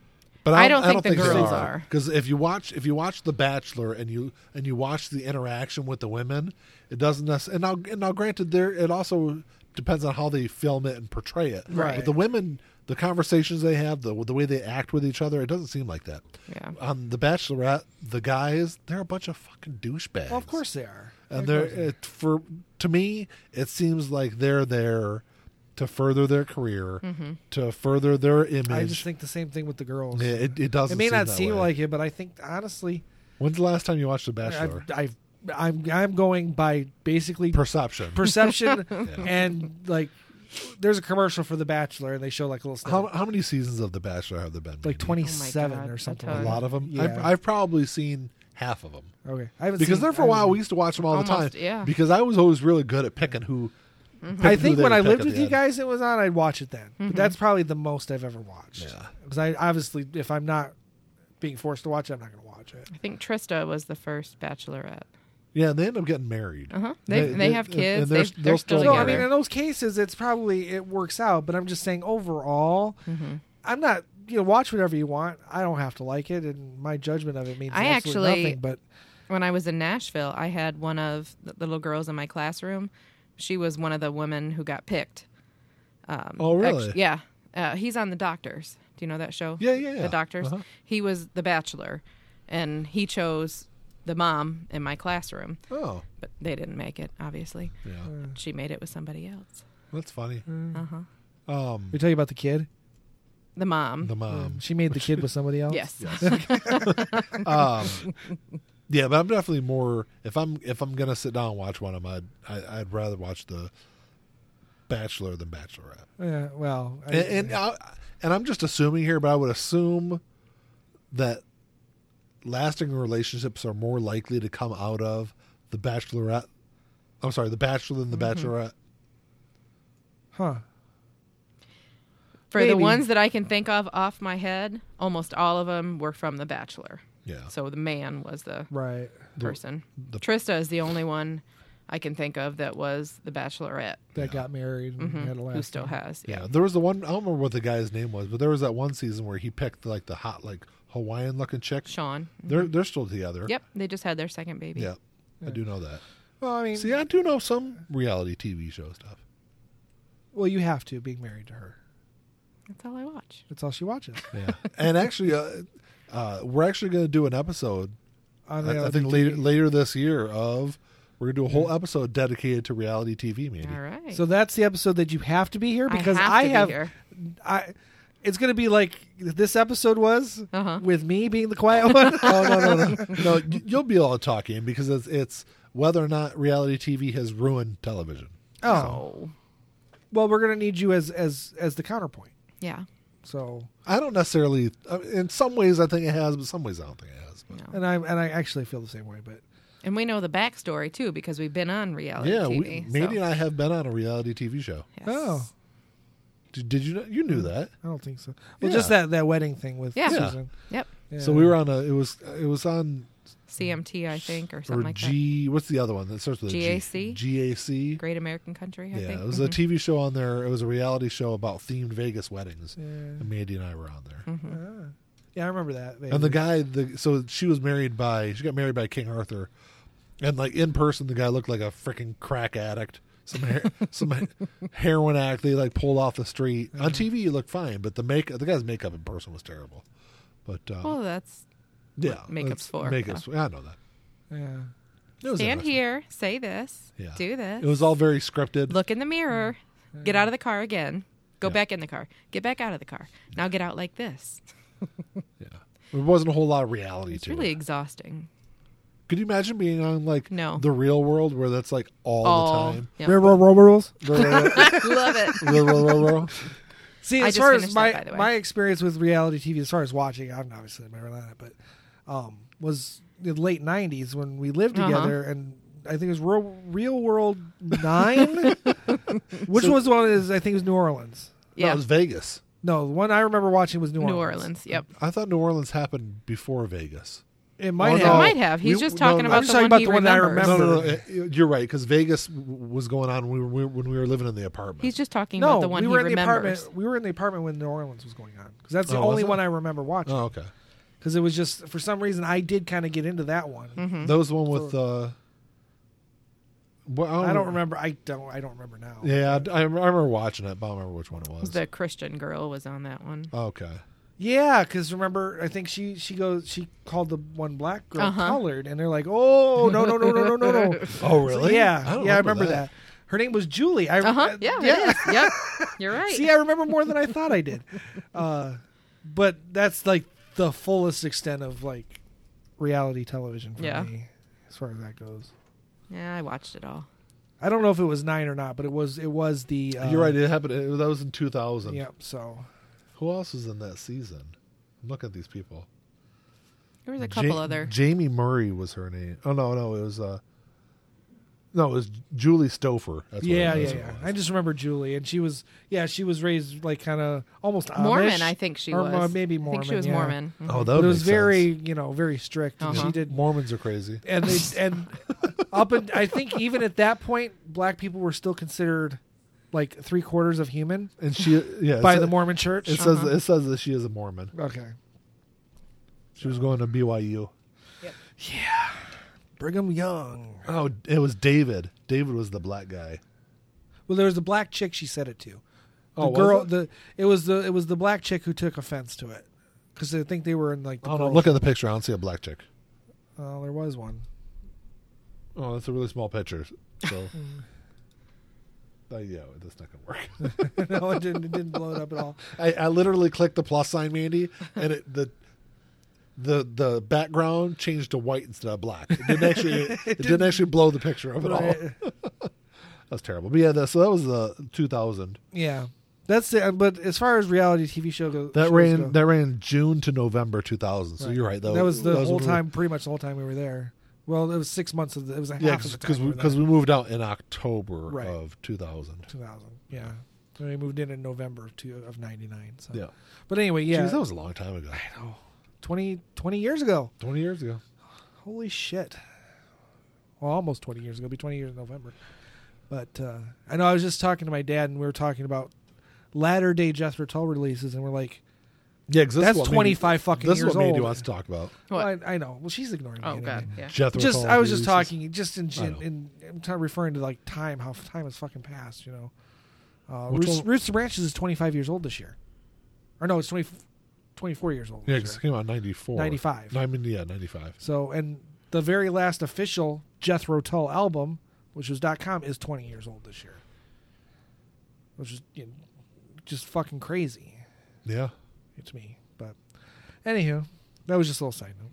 Speaker 1: But
Speaker 3: I don't think the girls are.
Speaker 1: because if you watch if you watch The Bachelor and you and you watch the interaction with the women, it doesn't necessarily. And now, and now, granted, there it also depends on how they film it and portray it.
Speaker 2: Right.
Speaker 1: But the women, the conversations they have, the the way they act with each other, it doesn't seem like that.
Speaker 3: Yeah.
Speaker 1: On The Bachelorette, the guys they're a bunch of fucking douchebags.
Speaker 2: Well, of course they are.
Speaker 1: and
Speaker 2: Of
Speaker 1: they're
Speaker 2: course they are.
Speaker 1: it, for to me, it seems like they're there to further their career, to further their image.
Speaker 2: I just think the same thing with the girls.
Speaker 1: Yeah, it, it doesn't.
Speaker 2: it may
Speaker 1: seem
Speaker 2: not
Speaker 1: that
Speaker 2: seem
Speaker 1: way.
Speaker 2: like it, but I think honestly,
Speaker 1: When's the last time you watched The Bachelor?
Speaker 2: I've, I've I'm I'm going by basically
Speaker 1: Perception.
Speaker 2: perception and like there's a commercial for The Bachelor and they show like a little snippet.
Speaker 1: how, how many seasons of The Bachelor have there been?
Speaker 2: like
Speaker 1: maybe?
Speaker 2: 27
Speaker 3: Oh my God,
Speaker 2: or something.
Speaker 3: a
Speaker 1: A
Speaker 2: like
Speaker 1: lot of them. I've,
Speaker 2: Yeah.
Speaker 1: I've probably seen half of them
Speaker 2: that. Okay, I haven't
Speaker 1: because
Speaker 2: seen-
Speaker 1: there for
Speaker 2: I
Speaker 1: a while
Speaker 2: haven't-
Speaker 1: we used to watch them all
Speaker 3: Almost,
Speaker 1: the time.
Speaker 3: yeah.
Speaker 1: Because I was always really good at picking who. picking
Speaker 2: Mm-hmm. I
Speaker 1: who
Speaker 2: think
Speaker 1: they
Speaker 2: when
Speaker 1: would
Speaker 2: I
Speaker 1: pick
Speaker 2: lived
Speaker 1: at
Speaker 2: with
Speaker 1: the
Speaker 2: you
Speaker 1: end.
Speaker 2: guys, it was on. I'd watch it then.
Speaker 3: Mm-hmm.
Speaker 2: But that's probably the most I've ever watched.
Speaker 1: Yeah.
Speaker 2: Because I obviously, if I'm not being forced to watch it, I'm not going to watch it.
Speaker 3: I think Trista was the first bachelorette.
Speaker 1: Yeah, and they end up getting married.
Speaker 3: Uh-huh. They- they have kids.
Speaker 1: and
Speaker 3: They've- they're still
Speaker 2: So I
Speaker 3: together.
Speaker 2: mean, in those cases, it's probably it works out. But I'm just saying, overall,
Speaker 3: Mm-hmm.
Speaker 2: I'm not. You know, watch whatever you want. I don't have to like it, and my judgment of it means
Speaker 3: I
Speaker 2: absolutely
Speaker 3: actually-
Speaker 2: nothing. But
Speaker 3: When I was in Nashville, I had one of the little girls in my classroom. She was one of the women who got picked. Um,
Speaker 1: Oh,
Speaker 3: act-
Speaker 1: really?
Speaker 3: yeah. Uh, he's on The Doctors. Do you know that show?
Speaker 1: Yeah, yeah, yeah.
Speaker 3: The Doctors.
Speaker 1: Uh-huh.
Speaker 3: He was the bachelor, and he chose the mom in my classroom.
Speaker 1: Oh,
Speaker 3: but they didn't make it obviously
Speaker 1: yeah,
Speaker 2: Uh-huh.
Speaker 3: she made it with somebody else
Speaker 1: that's funny.
Speaker 3: uh-huh
Speaker 1: Um,
Speaker 2: we tell you about the kid.
Speaker 3: the mom
Speaker 1: the um, mom.
Speaker 2: she made the kid with somebody else.
Speaker 3: yes
Speaker 1: um, yeah, but I'm definitely more if I'm if I'm gonna sit down and watch one of them, I'd I, I'd rather watch the Bachelor than Bachelorette.
Speaker 2: Yeah. Well, I-
Speaker 1: And and, I, and I'm just assuming here, but I would assume that lasting relationships are more likely to come out of the Bachelorette I'm sorry, The Bachelor than The Bachelorette.
Speaker 2: Huh.
Speaker 3: For the
Speaker 2: Maybe.
Speaker 3: ones that I can think of off my head, almost all of them were from The Bachelor.
Speaker 1: Yeah.
Speaker 3: So the man was the
Speaker 2: Right.
Speaker 3: person.
Speaker 1: the-
Speaker 3: Trista is the only one I can think of that was the Bachelorette
Speaker 2: That got married and had a last
Speaker 3: who Mm-hmm. still
Speaker 2: name.
Speaker 3: has.
Speaker 1: yeah. There was the one I don't remember what the guy's name was, but there was that one season where he picked like the hot like Hawaiian looking chick.
Speaker 3: Sean.
Speaker 1: They're they're still together.
Speaker 3: Yep, they just had their second baby.
Speaker 1: Yeah. I do know that.
Speaker 2: Well, I mean,
Speaker 1: See, I do know some reality TV show stuff.
Speaker 2: well, you have to being married to her.
Speaker 3: That's all I watch.
Speaker 2: That's all she watches.
Speaker 1: Yeah. and actually, uh, uh, we're actually going to do an episode.
Speaker 2: On
Speaker 1: I,
Speaker 2: the
Speaker 1: I think
Speaker 2: LBTV.
Speaker 1: later later this year of we're going to do a whole episode dedicated to reality TV. Maybe.
Speaker 3: All right.
Speaker 2: So that's the episode that you have to be here because I
Speaker 3: I have, to
Speaker 2: have,
Speaker 3: be here.
Speaker 2: I. It's gonna be like this episode was
Speaker 3: Uh-huh.
Speaker 2: with me being the quiet one.
Speaker 1: Oh no no no no! y- You'll be all talking because it's it's whether or not reality TV has ruined television.
Speaker 3: Oh.
Speaker 2: well, we're gonna need you as as as the counterpoint.
Speaker 3: Yeah.
Speaker 2: So,
Speaker 1: I don't necessarily. I mean, In some ways, I think it has, but some ways I don't think it has. But
Speaker 3: No.
Speaker 2: and I and I actually feel the same way. But
Speaker 3: And we know the backstory too because we've been on reality
Speaker 1: yeah, we,
Speaker 3: TV.
Speaker 1: Mandy
Speaker 3: so-
Speaker 1: and I have been on a reality TV show.
Speaker 3: Yes.
Speaker 2: oh,
Speaker 1: Did, did you know? You
Speaker 3: Mm.
Speaker 1: knew that.
Speaker 2: I don't think so. Well,
Speaker 1: Yeah.
Speaker 2: just that that wedding thing with
Speaker 3: Yeah.
Speaker 2: Susan.
Speaker 3: Yep.
Speaker 1: So we were on a. It was it was on
Speaker 3: CMT, I think, or
Speaker 1: or
Speaker 3: something like
Speaker 1: G. What's the other one that starts with a G?
Speaker 3: GAC?
Speaker 1: GAC.
Speaker 3: that. Great American Country, I
Speaker 1: yeah,
Speaker 3: think.
Speaker 1: it was
Speaker 3: Mhm.
Speaker 1: a TV show on there. It was a reality show about themed Vegas weddings.
Speaker 2: Yeah.
Speaker 1: And Mandy and I were on there.
Speaker 2: Ah. Yeah, I remember that.
Speaker 1: And the guy, the so she was married by she got married by King Arthur, and like in person, the guy looked like a freaking crack addict, some hair, some heroin addict. They like pulled off the street
Speaker 3: Mm-hmm.
Speaker 1: on TV. You looked fine, but the make the guy's makeup in person was terrible. But um,
Speaker 3: Well, Oh, that's
Speaker 1: yeah, it's-
Speaker 3: makeup's for,
Speaker 1: makeup's. I know that.
Speaker 2: Yeah.
Speaker 1: It was
Speaker 3: stand
Speaker 1: interesting.
Speaker 3: here, say this,
Speaker 1: Yeah.
Speaker 3: do this.
Speaker 1: It was all very scripted.
Speaker 3: look in the mirror,
Speaker 2: Mm.
Speaker 3: get out of the car again, go
Speaker 1: Yeah.
Speaker 3: back in the car, get back out of the car. Now get out like this.
Speaker 1: Yeah, there wasn't a whole lot of reality
Speaker 3: It's
Speaker 1: to
Speaker 3: really
Speaker 1: it.
Speaker 3: exhausting.
Speaker 1: Could you imagine being on like
Speaker 3: No.
Speaker 1: the real world where that's like all,
Speaker 3: All
Speaker 1: the time?
Speaker 3: yeah.
Speaker 2: Railroad rules.
Speaker 3: I love it.
Speaker 1: Ruh, ruh, ruh, ruh.
Speaker 2: See,
Speaker 3: I
Speaker 2: as
Speaker 3: just
Speaker 2: far as
Speaker 3: finished
Speaker 2: my
Speaker 3: that, by the way.
Speaker 2: my experience with reality TV, as far as watching, I'm obviously never on it, but um, was the late '90s when we lived
Speaker 3: Uh-huh.
Speaker 2: together, and I think it was Real, Real World Nine, which was one is I think it was New Orleans.
Speaker 1: No,
Speaker 3: Yeah.
Speaker 1: it was Vegas.
Speaker 2: No, the one I remember watching was New Orleans.
Speaker 3: New Orleans. Yep.
Speaker 1: I thought New Orleans happened before Vegas.
Speaker 2: It might
Speaker 1: Oh,
Speaker 2: have.
Speaker 1: no.
Speaker 3: It might have. He's
Speaker 1: We-
Speaker 3: just
Speaker 1: no,
Speaker 3: talking
Speaker 1: no.
Speaker 3: about,
Speaker 2: I'm
Speaker 3: the,
Speaker 2: talking
Speaker 3: one
Speaker 2: about
Speaker 3: he
Speaker 2: the one I
Speaker 3: remembers.
Speaker 1: No,
Speaker 2: remember.
Speaker 1: no, no, it- You're right because Vegas w- was going on when we were when we were living in the apartment.
Speaker 3: He's just talking
Speaker 2: No,
Speaker 3: about the one
Speaker 2: we
Speaker 3: he
Speaker 2: were in the
Speaker 3: remembers.
Speaker 2: apartment. We were in the apartment when New Orleans was going on because that's the
Speaker 1: Oh, was
Speaker 2: only
Speaker 1: it?
Speaker 2: one I remember watching.
Speaker 1: oh, okay.
Speaker 2: Because it was just for some reason I did kind of get into that one.
Speaker 3: Mm-hmm.
Speaker 1: That was the one with. Uh, well,
Speaker 2: I don't remember. I don't. I don't remember now.
Speaker 1: Oh. Yeah, I, I remember watching it, but I don't remember which one it was.
Speaker 3: The Christian girl was on that one.
Speaker 1: okay.
Speaker 2: Yeah, because remember, I think she she goes she called the one black girl
Speaker 3: Uh-huh.
Speaker 2: colored, and they're like, oh no no no no no no no.
Speaker 1: Oh,
Speaker 2: So,
Speaker 1: really?
Speaker 2: yeah,
Speaker 1: don't
Speaker 2: yeah, I remember that. Her name was Julie. I
Speaker 3: Uh huh.
Speaker 2: I-
Speaker 3: Yeah.
Speaker 2: yeah.
Speaker 3: It is. Yep. You're right.
Speaker 2: See, I remember more than I thought I did. Uh, but that's like the fullest extent of like reality television for
Speaker 3: Yeah.
Speaker 2: me, as far as that goes.
Speaker 3: yeah, I watched it all.
Speaker 2: I don't know if it was nine or not, but it was it was the uh,
Speaker 1: You're right. It happened. It, that was in 2000.
Speaker 2: Yep. So
Speaker 1: Who else was in that season? I'm looking at these people.
Speaker 3: There was a couple
Speaker 1: Ja-
Speaker 3: other.
Speaker 1: Jamie Murray was her name. Oh no, no, it was uh, no, it was Julie Stouffer. That's what it-
Speaker 2: yeah, yeah,
Speaker 1: that's what
Speaker 2: yeah.
Speaker 1: it was.
Speaker 2: I just remember Julie, and she was yeah, she was raised like kind of almost Amish.
Speaker 3: Mormon, I think she
Speaker 2: or,
Speaker 3: was.
Speaker 2: uh, maybe Mormon.
Speaker 3: I think she was
Speaker 2: yeah.
Speaker 3: Mormon. Mhm.
Speaker 1: Oh, that
Speaker 2: But
Speaker 1: would
Speaker 2: it was
Speaker 1: make
Speaker 2: very
Speaker 1: sense.
Speaker 2: you know very strict. and
Speaker 3: Uh-huh.
Speaker 2: She did
Speaker 1: Mormons are crazy.
Speaker 2: and they and up and I think even at that point, black people were still considered like three quarters of human
Speaker 1: And she, yeah, it
Speaker 2: by
Speaker 1: sa-
Speaker 2: the Mormon Church. Uh-huh.
Speaker 1: It says it says that she is a Mormon.
Speaker 2: okay,
Speaker 1: She was going to BYU.
Speaker 2: Brigham Young.
Speaker 1: Oh, it was David. David was the black guy.
Speaker 2: Well, there was the black chick she said it to. The
Speaker 1: Oh, was
Speaker 2: girl,
Speaker 1: it?
Speaker 2: the it was the it was the black chick who took offense to it because I think they were in like the
Speaker 1: Oh no,
Speaker 2: girls-
Speaker 1: I'm looking at the picture. I don't see a black chick.
Speaker 2: Oh, there was one.
Speaker 1: Oh, that's a really small picture. So,
Speaker 2: Hmm.
Speaker 1: Uh, yeah, that's not gonna work.
Speaker 2: no, it didn't. It didn't blow it up at all.
Speaker 1: I, I literally clicked the plus sign, Mandy, and it the the the background changed to white instead of black. It didn't actually it, didn't, actually blow the picture up at all. That
Speaker 2: Right.
Speaker 1: was terrible. But yeah, that, so that was the 2000.
Speaker 2: Yeah, that's it. uh, But as far as reality TV show goes,
Speaker 1: That
Speaker 2: shows
Speaker 1: ran
Speaker 2: go-
Speaker 1: that ran June to November 2000. So you're right.
Speaker 2: That was the
Speaker 1: that
Speaker 2: whole
Speaker 1: when we-
Speaker 2: time, pretty much the whole time we were there. Well, it was six months of the, it was a half
Speaker 1: Yeah,
Speaker 2: of the
Speaker 1: because
Speaker 2: time we
Speaker 1: we,
Speaker 2: were there.
Speaker 1: 'cause we moved out in October
Speaker 2: Right.
Speaker 1: of 2000.
Speaker 2: 2000. Yeah. So we moved in in November of, two, of 99. So.
Speaker 1: Yeah.
Speaker 2: But anyway, yeah.
Speaker 1: Jeez, that was a long time ago. I know.
Speaker 2: 20, 20 years ago.
Speaker 1: 20 years ago.
Speaker 2: Holy shit. Well, almost 20 years ago. It'll be 20 years in November. But uh, I know I was just talking to my dad, and we were talking about latter day Jethro Tull releases, and we're like,
Speaker 1: Yeah, 'cause this is
Speaker 2: That's
Speaker 1: what made me-
Speaker 2: 25 fucking
Speaker 1: This
Speaker 2: years
Speaker 1: is what Mandy
Speaker 2: old.
Speaker 1: wants to talk about.
Speaker 3: What?
Speaker 2: well, I, I know. Well, she's ignoring me.
Speaker 3: oh
Speaker 2: anyway.
Speaker 3: god, yeah.
Speaker 1: Jethro
Speaker 2: Just
Speaker 1: Tull
Speaker 2: I was just
Speaker 1: releases.
Speaker 2: talking, just in,
Speaker 1: I
Speaker 2: gen-
Speaker 1: know.
Speaker 2: in, I'm kind of referring to like time, how f- time has fucking passed, you know. Uh,
Speaker 1: Which
Speaker 2: Roots,
Speaker 1: one-
Speaker 2: Roots and Branches is 25 years old this year, or no, it's 20, 24 years old.
Speaker 1: Yeah,
Speaker 2: this
Speaker 1: 'cause it
Speaker 2: year.
Speaker 1: came out in 94.
Speaker 2: 95.
Speaker 1: No, I mean, yeah, 95.
Speaker 2: So, and the very last official Jethro Tull album, which was dot .com, is 20 years old this year, which is you know, just fucking crazy
Speaker 1: Yeah.
Speaker 2: to me. But anywho, that was just a little side note.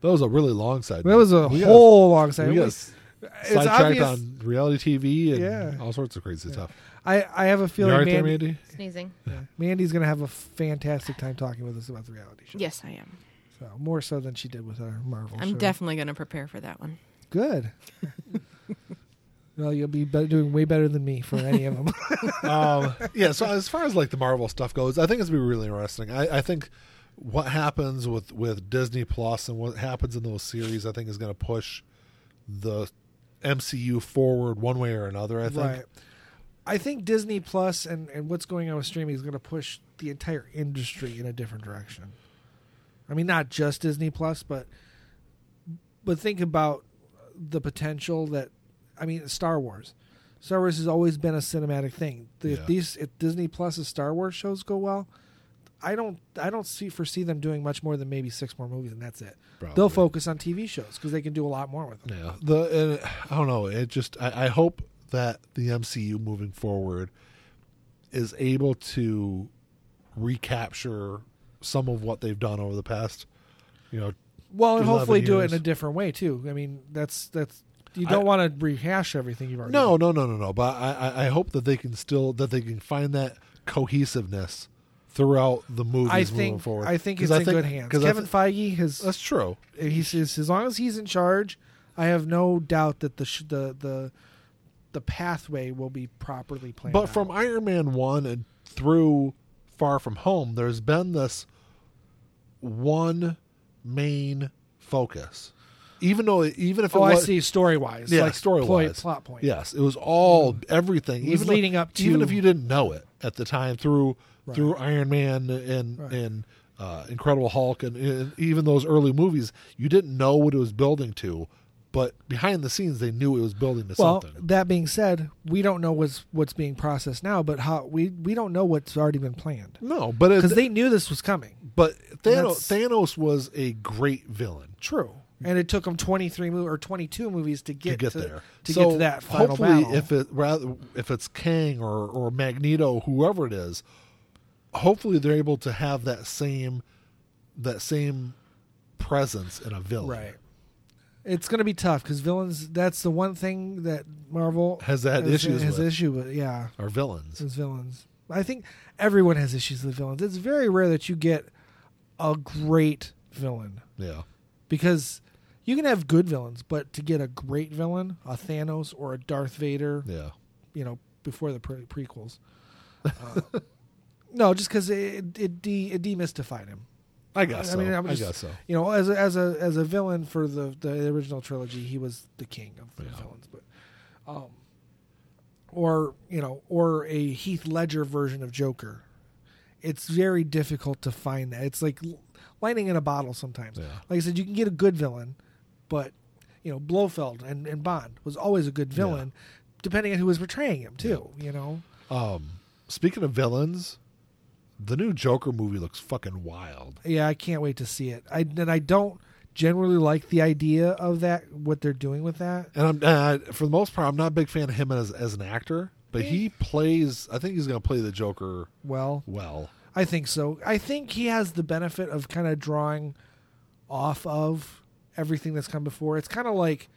Speaker 1: That was a really long side.
Speaker 2: That was a
Speaker 1: We got-
Speaker 2: whole long side.
Speaker 1: we
Speaker 2: note.
Speaker 1: got
Speaker 2: it's
Speaker 1: sidetracked
Speaker 2: obvious.
Speaker 1: on reality TV and
Speaker 2: Yeah.
Speaker 1: all sorts of crazy stuff.
Speaker 2: I I have a
Speaker 1: You all
Speaker 2: feeling
Speaker 1: right there,
Speaker 2: Mandy,
Speaker 1: Mandy?
Speaker 3: Sneezing.
Speaker 2: yeah, Mandy's gonna have a fantastic time talking with us about the reality show.
Speaker 3: Yes, I am.
Speaker 2: so, more so than she did with our Marvel.
Speaker 3: I'm
Speaker 2: show.
Speaker 3: definitely going to prepare for that one.
Speaker 2: good. well, you'll be better, doing way better than me for any of them.
Speaker 1: um, yeah. So as far as like the Marvel stuff goes, I think it's gonna be really interesting. I, I think what happens with with Disney Plus and what happens in those series, I think is going to push the MCU forward one way or another. I think.
Speaker 2: Right. I think Disney Plus and, and what's going on with streaming is going to push the entire industry in a different direction. I mean, not just Disney Plus, but but think about the potential that I mean, Star Wars. Star Wars has always been a cinematic thing. The-
Speaker 1: Yeah.
Speaker 2: If these if Disney Plus's Star Wars shows go well, I don't I don't see foresee them doing much more than maybe six more movies, and that's it. They'll
Speaker 1: Probably.
Speaker 2: focus on TV shows because they can do a lot more with them.
Speaker 1: Yeah. The and I don't know. It just I, I hope that the MCU moving forward is able to recapture some of what they've done over the past, you know,
Speaker 2: Well,
Speaker 1: 11
Speaker 2: and hopefully do it
Speaker 1: years.
Speaker 2: in a different way too. I mean, that's that's you
Speaker 1: I-
Speaker 2: don't want to rehash everything you've already.
Speaker 1: No,
Speaker 2: done.
Speaker 1: no, no, no, no. But I, I, I hope that they can still that they can find that cohesiveness throughout the movies
Speaker 2: I
Speaker 1: moving
Speaker 2: think
Speaker 1: forward.
Speaker 2: I think
Speaker 1: 'Cause
Speaker 2: it's in good hands.
Speaker 1: 'cause I
Speaker 2: Kevin
Speaker 1: thi-
Speaker 2: Feige has
Speaker 1: that's true.
Speaker 2: he says as long as he's in charge, I have no doubt that the sh- the the the pathway will be properly planned.
Speaker 1: But from
Speaker 2: out.
Speaker 1: Iron Man one and through Far From Home, there's been this one main focus. Even though, even if
Speaker 2: oh,
Speaker 1: it
Speaker 2: I
Speaker 1: was,
Speaker 2: see story wise,
Speaker 1: yeah,
Speaker 2: like
Speaker 1: story
Speaker 2: ploy-
Speaker 1: wise,
Speaker 2: plot point. Mm.
Speaker 1: Yes, it was all everything.
Speaker 2: It was
Speaker 1: though-
Speaker 2: leading up
Speaker 1: even
Speaker 2: to-
Speaker 1: if you didn't know it at the time through
Speaker 2: Right.
Speaker 1: through Iron Man and
Speaker 2: Right.
Speaker 1: and uh, Incredible Hulk and, and even those early movies, you didn't know what it was building to, but behind the scenes they knew it was building to
Speaker 2: Well,
Speaker 1: something.
Speaker 2: that being said, we don't know what's what's being processed now, but how we we don't know what's already been planned
Speaker 1: No, but it,
Speaker 2: because they knew this was coming.
Speaker 1: but Thanos,
Speaker 2: That's-
Speaker 1: Thanos was a great villain.
Speaker 2: True. And it took them 23 mo- or 22 movies to get,
Speaker 1: to get
Speaker 2: to,
Speaker 1: there
Speaker 2: to
Speaker 1: so
Speaker 2: get to that final
Speaker 1: hopefully
Speaker 2: battle.
Speaker 1: if it rather if it's kang or or magneto whoever it is hopefully they're able to have that same that same presence in a villain
Speaker 2: right. It's going to be tough cuz villains that's the one thing that Marvel
Speaker 1: Has had issues
Speaker 2: has
Speaker 1: with.
Speaker 2: issue with, yeah,
Speaker 1: or villains
Speaker 2: is villains. I think everyone has issues with villains. It's very rare that you get a great villain
Speaker 1: yeah
Speaker 2: because you can have good villains, but to get a great villain, a Thanos or a Darth Vader,
Speaker 1: yeah
Speaker 2: you know before the pre- prequels. Uh, no, just because it it, de- it demystified him.
Speaker 1: i guess so i,
Speaker 2: I mean, I'm just-
Speaker 1: guess so
Speaker 2: You know, as a, as a as a villain for the the original trilogy, he was the king of the
Speaker 1: Yeah.
Speaker 2: villains, but. Um, or you know, or a Heath Ledger version of Joker. It's very difficult to find that. It's like l- lightning in a bottle sometimes.
Speaker 1: Yeah.
Speaker 2: Like I said, you can get a good villain, but you know, Blofeld and, and Bond was always a good villain, depending on who was portraying him too. You know,
Speaker 1: um speaking of villains the new joker movie looks fucking wild
Speaker 2: Yeah, I can't wait to see it. I and I don't generally like the idea of that what they're doing with that.
Speaker 1: and i'm uh, for the most part i'm not a big fan of him as, as an actor but
Speaker 2: Eh.
Speaker 1: he plays i think he's going to play the joker
Speaker 2: Well,
Speaker 1: well
Speaker 2: I think so. I think he has the benefit of kind of drawing off of everything that's come before. It's kind of like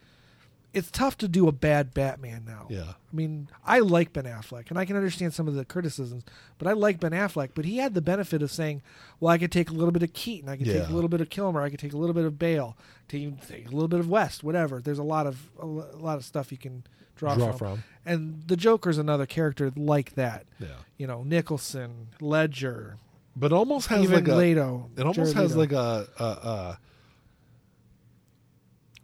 Speaker 2: it's tough to do a bad Batman now.
Speaker 1: Yeah.
Speaker 2: I mean, I like Ben Affleck, and I can understand some of the criticisms, but I like Ben Affleck. But he had the benefit of saying, "Well, I could take a little bit of Keaton, I could take
Speaker 1: Yeah.
Speaker 2: a little bit of Kilmer, I could take a little bit of Bale, take, take a little bit of West, whatever." There's a lot of a lo- a lot of stuff you can draw,
Speaker 1: Draw
Speaker 2: from.
Speaker 1: from.
Speaker 2: and the Joker's another character like that.
Speaker 1: Yeah.
Speaker 2: You know, Nicholson, Ledger,
Speaker 1: But almost has
Speaker 2: even
Speaker 1: like a
Speaker 2: Leto.
Speaker 1: it almost
Speaker 2: Jared
Speaker 1: has
Speaker 2: Leto.
Speaker 1: like a, a, a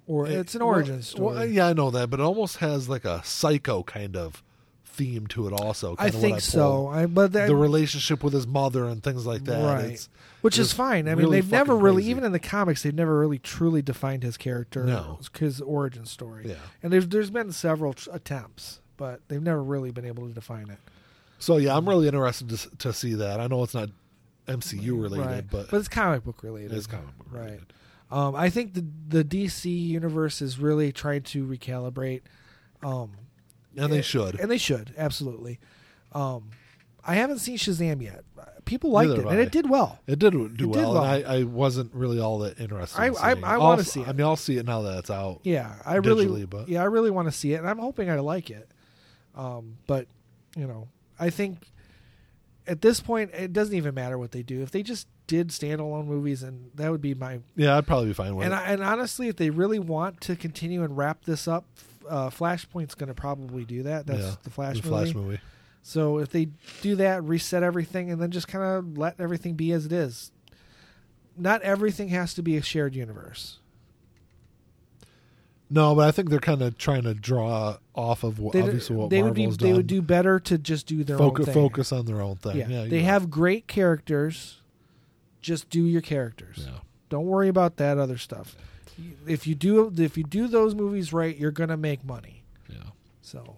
Speaker 2: or it's an
Speaker 1: well,
Speaker 2: origin
Speaker 1: well,
Speaker 2: story.
Speaker 1: yeah, I know that, but it almost has like a psycho kind of theme to it. Also,
Speaker 2: I
Speaker 1: kinda what
Speaker 2: think so.
Speaker 1: pulled.
Speaker 2: I, but that,
Speaker 1: the relationship with his mother and things like that.
Speaker 2: right,
Speaker 1: It's,
Speaker 2: which is
Speaker 1: it's
Speaker 2: fine. I mean,
Speaker 1: really
Speaker 2: they've never
Speaker 1: fucking
Speaker 2: really,
Speaker 1: crazy.
Speaker 2: even in the comics, they've never really truly defined his character,
Speaker 1: No.
Speaker 2: his origin story.
Speaker 1: Yeah.
Speaker 2: and there's there's been several tr- attempts, but they've never really been able to define it.
Speaker 1: so yeah, I'm really interested to, s- to see that. I know it's not MCU related,
Speaker 2: right.
Speaker 1: but,
Speaker 2: it's comic book related.
Speaker 1: it's comic book
Speaker 2: right.
Speaker 1: related.
Speaker 2: Um, I think the the DC universe is really trying to recalibrate. Um,
Speaker 1: and they should.
Speaker 2: and they should absolutely. Um, I haven't seen Shazam yet. People liked
Speaker 1: Neither
Speaker 2: it,
Speaker 1: have
Speaker 2: and
Speaker 1: I.
Speaker 2: it did well.
Speaker 1: it did do well,
Speaker 2: well.
Speaker 1: and I, I wasn't really all that interested. in
Speaker 2: I- I-
Speaker 1: seeing
Speaker 2: I
Speaker 1: I'll
Speaker 2: wanna
Speaker 1: s-
Speaker 2: see it.
Speaker 1: I mean, I'll see it now that it's out.
Speaker 2: Yeah, I really,
Speaker 1: digitally, but-
Speaker 2: yeah, I really want to see it, and I'm hoping I like it. Um, but you know, I think at this point, it doesn't even matter what they do. If they just did standalone movies, and that would be my
Speaker 1: Yeah, I'd probably be fine with
Speaker 2: and
Speaker 1: it.
Speaker 2: I, and honestly, if they really want to continue and wrap this up, uh, Flashpoint's going to probably do that. That's
Speaker 1: Yeah,
Speaker 2: the Flash
Speaker 1: the
Speaker 2: movie.
Speaker 1: Flash movie.
Speaker 2: So if they do that, reset everything, and then just kind of let everything be as it is. Not everything has to be a shared universe.
Speaker 1: No, but I think they're kind of trying to draw off of what,
Speaker 2: They,
Speaker 1: obviously what
Speaker 2: they would be,
Speaker 1: Marvel's done.
Speaker 2: they would do better to just do their own
Speaker 1: focus,
Speaker 2: thing.
Speaker 1: focus on their own thing.
Speaker 2: Yeah,
Speaker 1: Yeah,
Speaker 2: they
Speaker 1: you're
Speaker 2: have great characters. Just do your characters.
Speaker 1: right. Yeah.
Speaker 2: Don't worry about that other stuff. If you do, if you do those movies right, you're gonna make money.
Speaker 1: yeah.
Speaker 2: So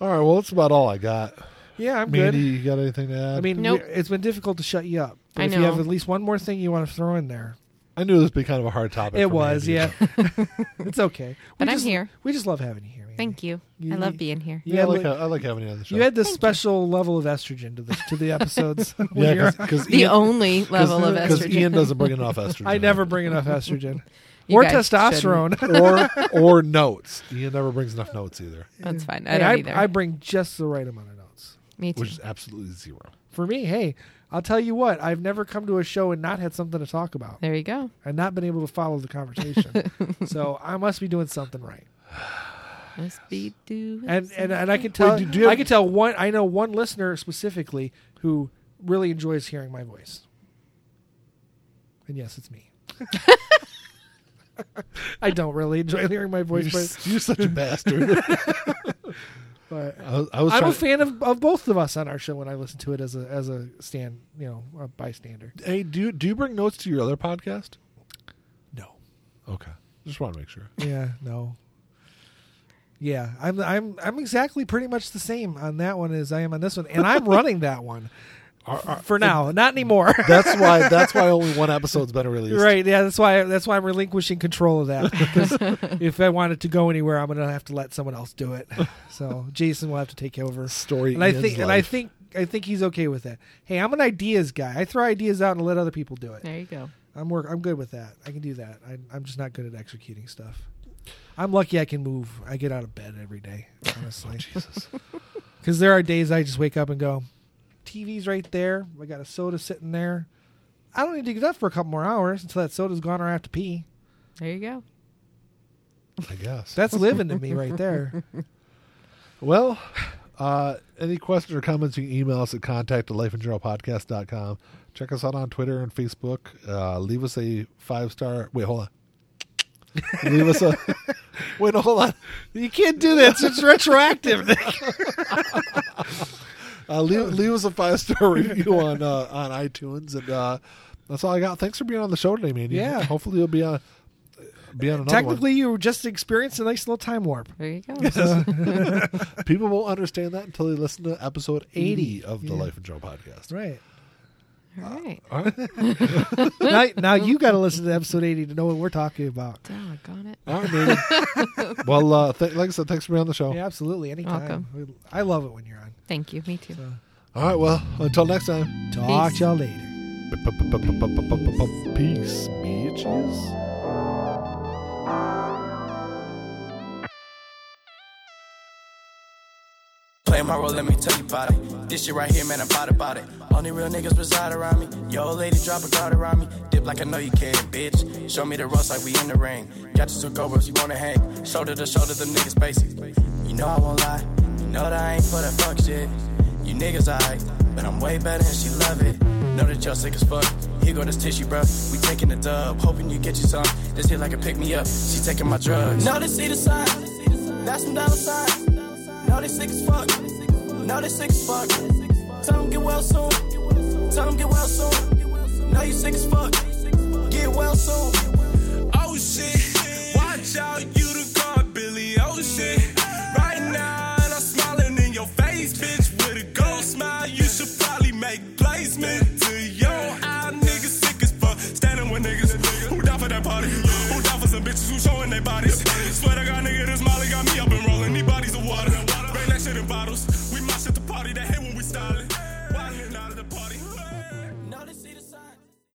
Speaker 1: All right. Well, that's about all I got.
Speaker 2: yeah, I'm good.
Speaker 1: Mandy, you got anything to add?
Speaker 2: I mean,
Speaker 3: Nope.
Speaker 2: we- it's been difficult to shut you up. But
Speaker 3: I
Speaker 2: if you have
Speaker 3: know.
Speaker 2: at least one more thing you want to throw in there,
Speaker 1: I knew this would be kind of a hard topic.
Speaker 2: it
Speaker 1: for
Speaker 2: was,
Speaker 1: Mandy,
Speaker 2: yeah. it's okay. We
Speaker 3: But I'm
Speaker 2: just-
Speaker 3: here.
Speaker 2: We just love having you here. Mandy.
Speaker 3: Thank you.
Speaker 2: You-
Speaker 3: I love being here.
Speaker 1: but- Yeah,
Speaker 2: You
Speaker 1: I
Speaker 2: had,
Speaker 1: like,
Speaker 2: li-
Speaker 1: how, I like having you on the show.
Speaker 2: you had this special level of estrogen to the to the episodes. when
Speaker 1: yeah,
Speaker 2: you're-
Speaker 1: because
Speaker 3: The only level of
Speaker 1: Because
Speaker 3: estrogen.
Speaker 1: Ian doesn't bring enough estrogen.
Speaker 2: I never bring enough estrogen
Speaker 3: You
Speaker 2: or
Speaker 3: guys
Speaker 2: testosterone.
Speaker 1: or or notes. Ian never brings enough notes either,
Speaker 3: shouldn't. That's fine. I
Speaker 2: And
Speaker 3: don't
Speaker 2: I,
Speaker 3: either.
Speaker 2: I bring just the right amount of notes.
Speaker 3: Me too.
Speaker 1: which is absolutely zero.
Speaker 2: For me, hey, I'll tell you what, I've never come to a show and not had something to talk about
Speaker 3: There you go.
Speaker 2: and not been able to follow the conversation. so I must be doing something right.
Speaker 3: Must be doing
Speaker 2: And and, and I can tell
Speaker 1: Wait, do- do you have-
Speaker 2: I can tell one I know one listener specifically who really enjoys hearing my voice. And yes, it's me. I don't really enjoy hearing my
Speaker 1: You're,
Speaker 2: voice, but,
Speaker 1: s- you're such a bastard.
Speaker 2: but
Speaker 1: I was, I was
Speaker 2: I'm
Speaker 1: trying,
Speaker 2: a fan of, of both of us on our show when I listen to it as a as a stand you know a bystander.
Speaker 1: Hey, do you- do you bring notes to your other podcast?
Speaker 2: No.
Speaker 1: Okay, just want to make sure.
Speaker 2: Yeah. No. Yeah, I'm I'm I'm exactly pretty much the same on that one as I am on this one, and I'm running that one
Speaker 1: Are- are-
Speaker 2: for now, not anymore.
Speaker 1: That's why. That's why only one episode's been released.
Speaker 2: right? Yeah, that's why that's why I'm relinquishing control of that. Because if I wanted to go anywhere, I'm gonna have to let someone else do it. So Jason will have to take over.
Speaker 1: Story.
Speaker 2: and I
Speaker 1: Ian's
Speaker 2: think and I
Speaker 1: life.
Speaker 2: think I think he's okay with that. Hey, I'm an ideas guy. I throw ideas out and let other people do it.
Speaker 3: There you go.
Speaker 2: I'm work. I'm good with that. I can do that. I, I'm just not good at executing stuff. I'm lucky I can move. I get out of bed every day, honestly,
Speaker 1: Jesus.
Speaker 2: because there are days I just wake up and go, TV's right there. I got a soda sitting there. I don't need to get up for a couple more hours until that soda's gone or I have to pee.
Speaker 3: There you go.
Speaker 1: I guess.
Speaker 2: That's living to me right there.
Speaker 1: Well, uh, any questions or comments, you can email us at contact at lifeandjournalpodcast.com. Check us out on Twitter and Facebook. Uh, leave us a five star. Wait, hold on. leave us a. Wait, no, hold on.
Speaker 2: You can't do that. It's retroactive.
Speaker 1: Uh, leave, leave us a five star review on uh, on iTunes, and uh, that's all I got. Thanks for being on the show today, Mandy.
Speaker 2: Yeah.
Speaker 1: Hopefully you'll be on be on another
Speaker 2: Technically, you were just experienced a nice little time warp.
Speaker 3: There you go.
Speaker 1: one. People won't understand that until they listen to episode eighty of the
Speaker 2: Mm. Yeah.
Speaker 1: Life and Journal podcast.
Speaker 2: Right.
Speaker 3: All right.
Speaker 1: All right.
Speaker 2: now, now you got to listen to episode 80 to know what we're talking about.
Speaker 3: Doggone it.
Speaker 1: All right, Mandy. well, uh, th- like I said, thanks for being on the show.
Speaker 2: Yeah, absolutely. Anytime. I love it when you're on.
Speaker 3: Thank you. Me too.
Speaker 1: All right. Well, until next time.
Speaker 2: Talk
Speaker 3: Peace.
Speaker 2: to y'all later.
Speaker 1: Peace, bitches.
Speaker 4: Play my role, let me tell you about it. This shit right here, man, I'm about about it. Only real niggas reside around me. Yo, old lady, drop a guard around me. Dip like I know you can, bitch. Show me the ropes like we in the ring. Got you two GoPros, you wanna hang. Shoulder to shoulder, them niggas basic. You know I won't lie. You know that I ain't for that fuck shit. You niggas alright, but I'm way better and she love it. Know that y'all sick as fuck. Here go this tissue, bruh. We taking the dub, hoping you get you some. This hit like a pick me up. She taking my drugs. Know they see the sign. That's some dollar sign. Know they sick as fuck. Know they sick as fuck. Tell 'em get well soon. Tell 'em get well soon. Know you sick as fuck. Get well soon.
Speaker 5: Oh shit, watch out, you the god, Billy Ocean. Right now, and I'm smiling in your face, bitch. With a gold smile, you should probably make placement to your eye. Niggas sick as fuck, standing with niggas who down for that party, who down for some bitches who showing their bodies. Swear to God, nigga, this my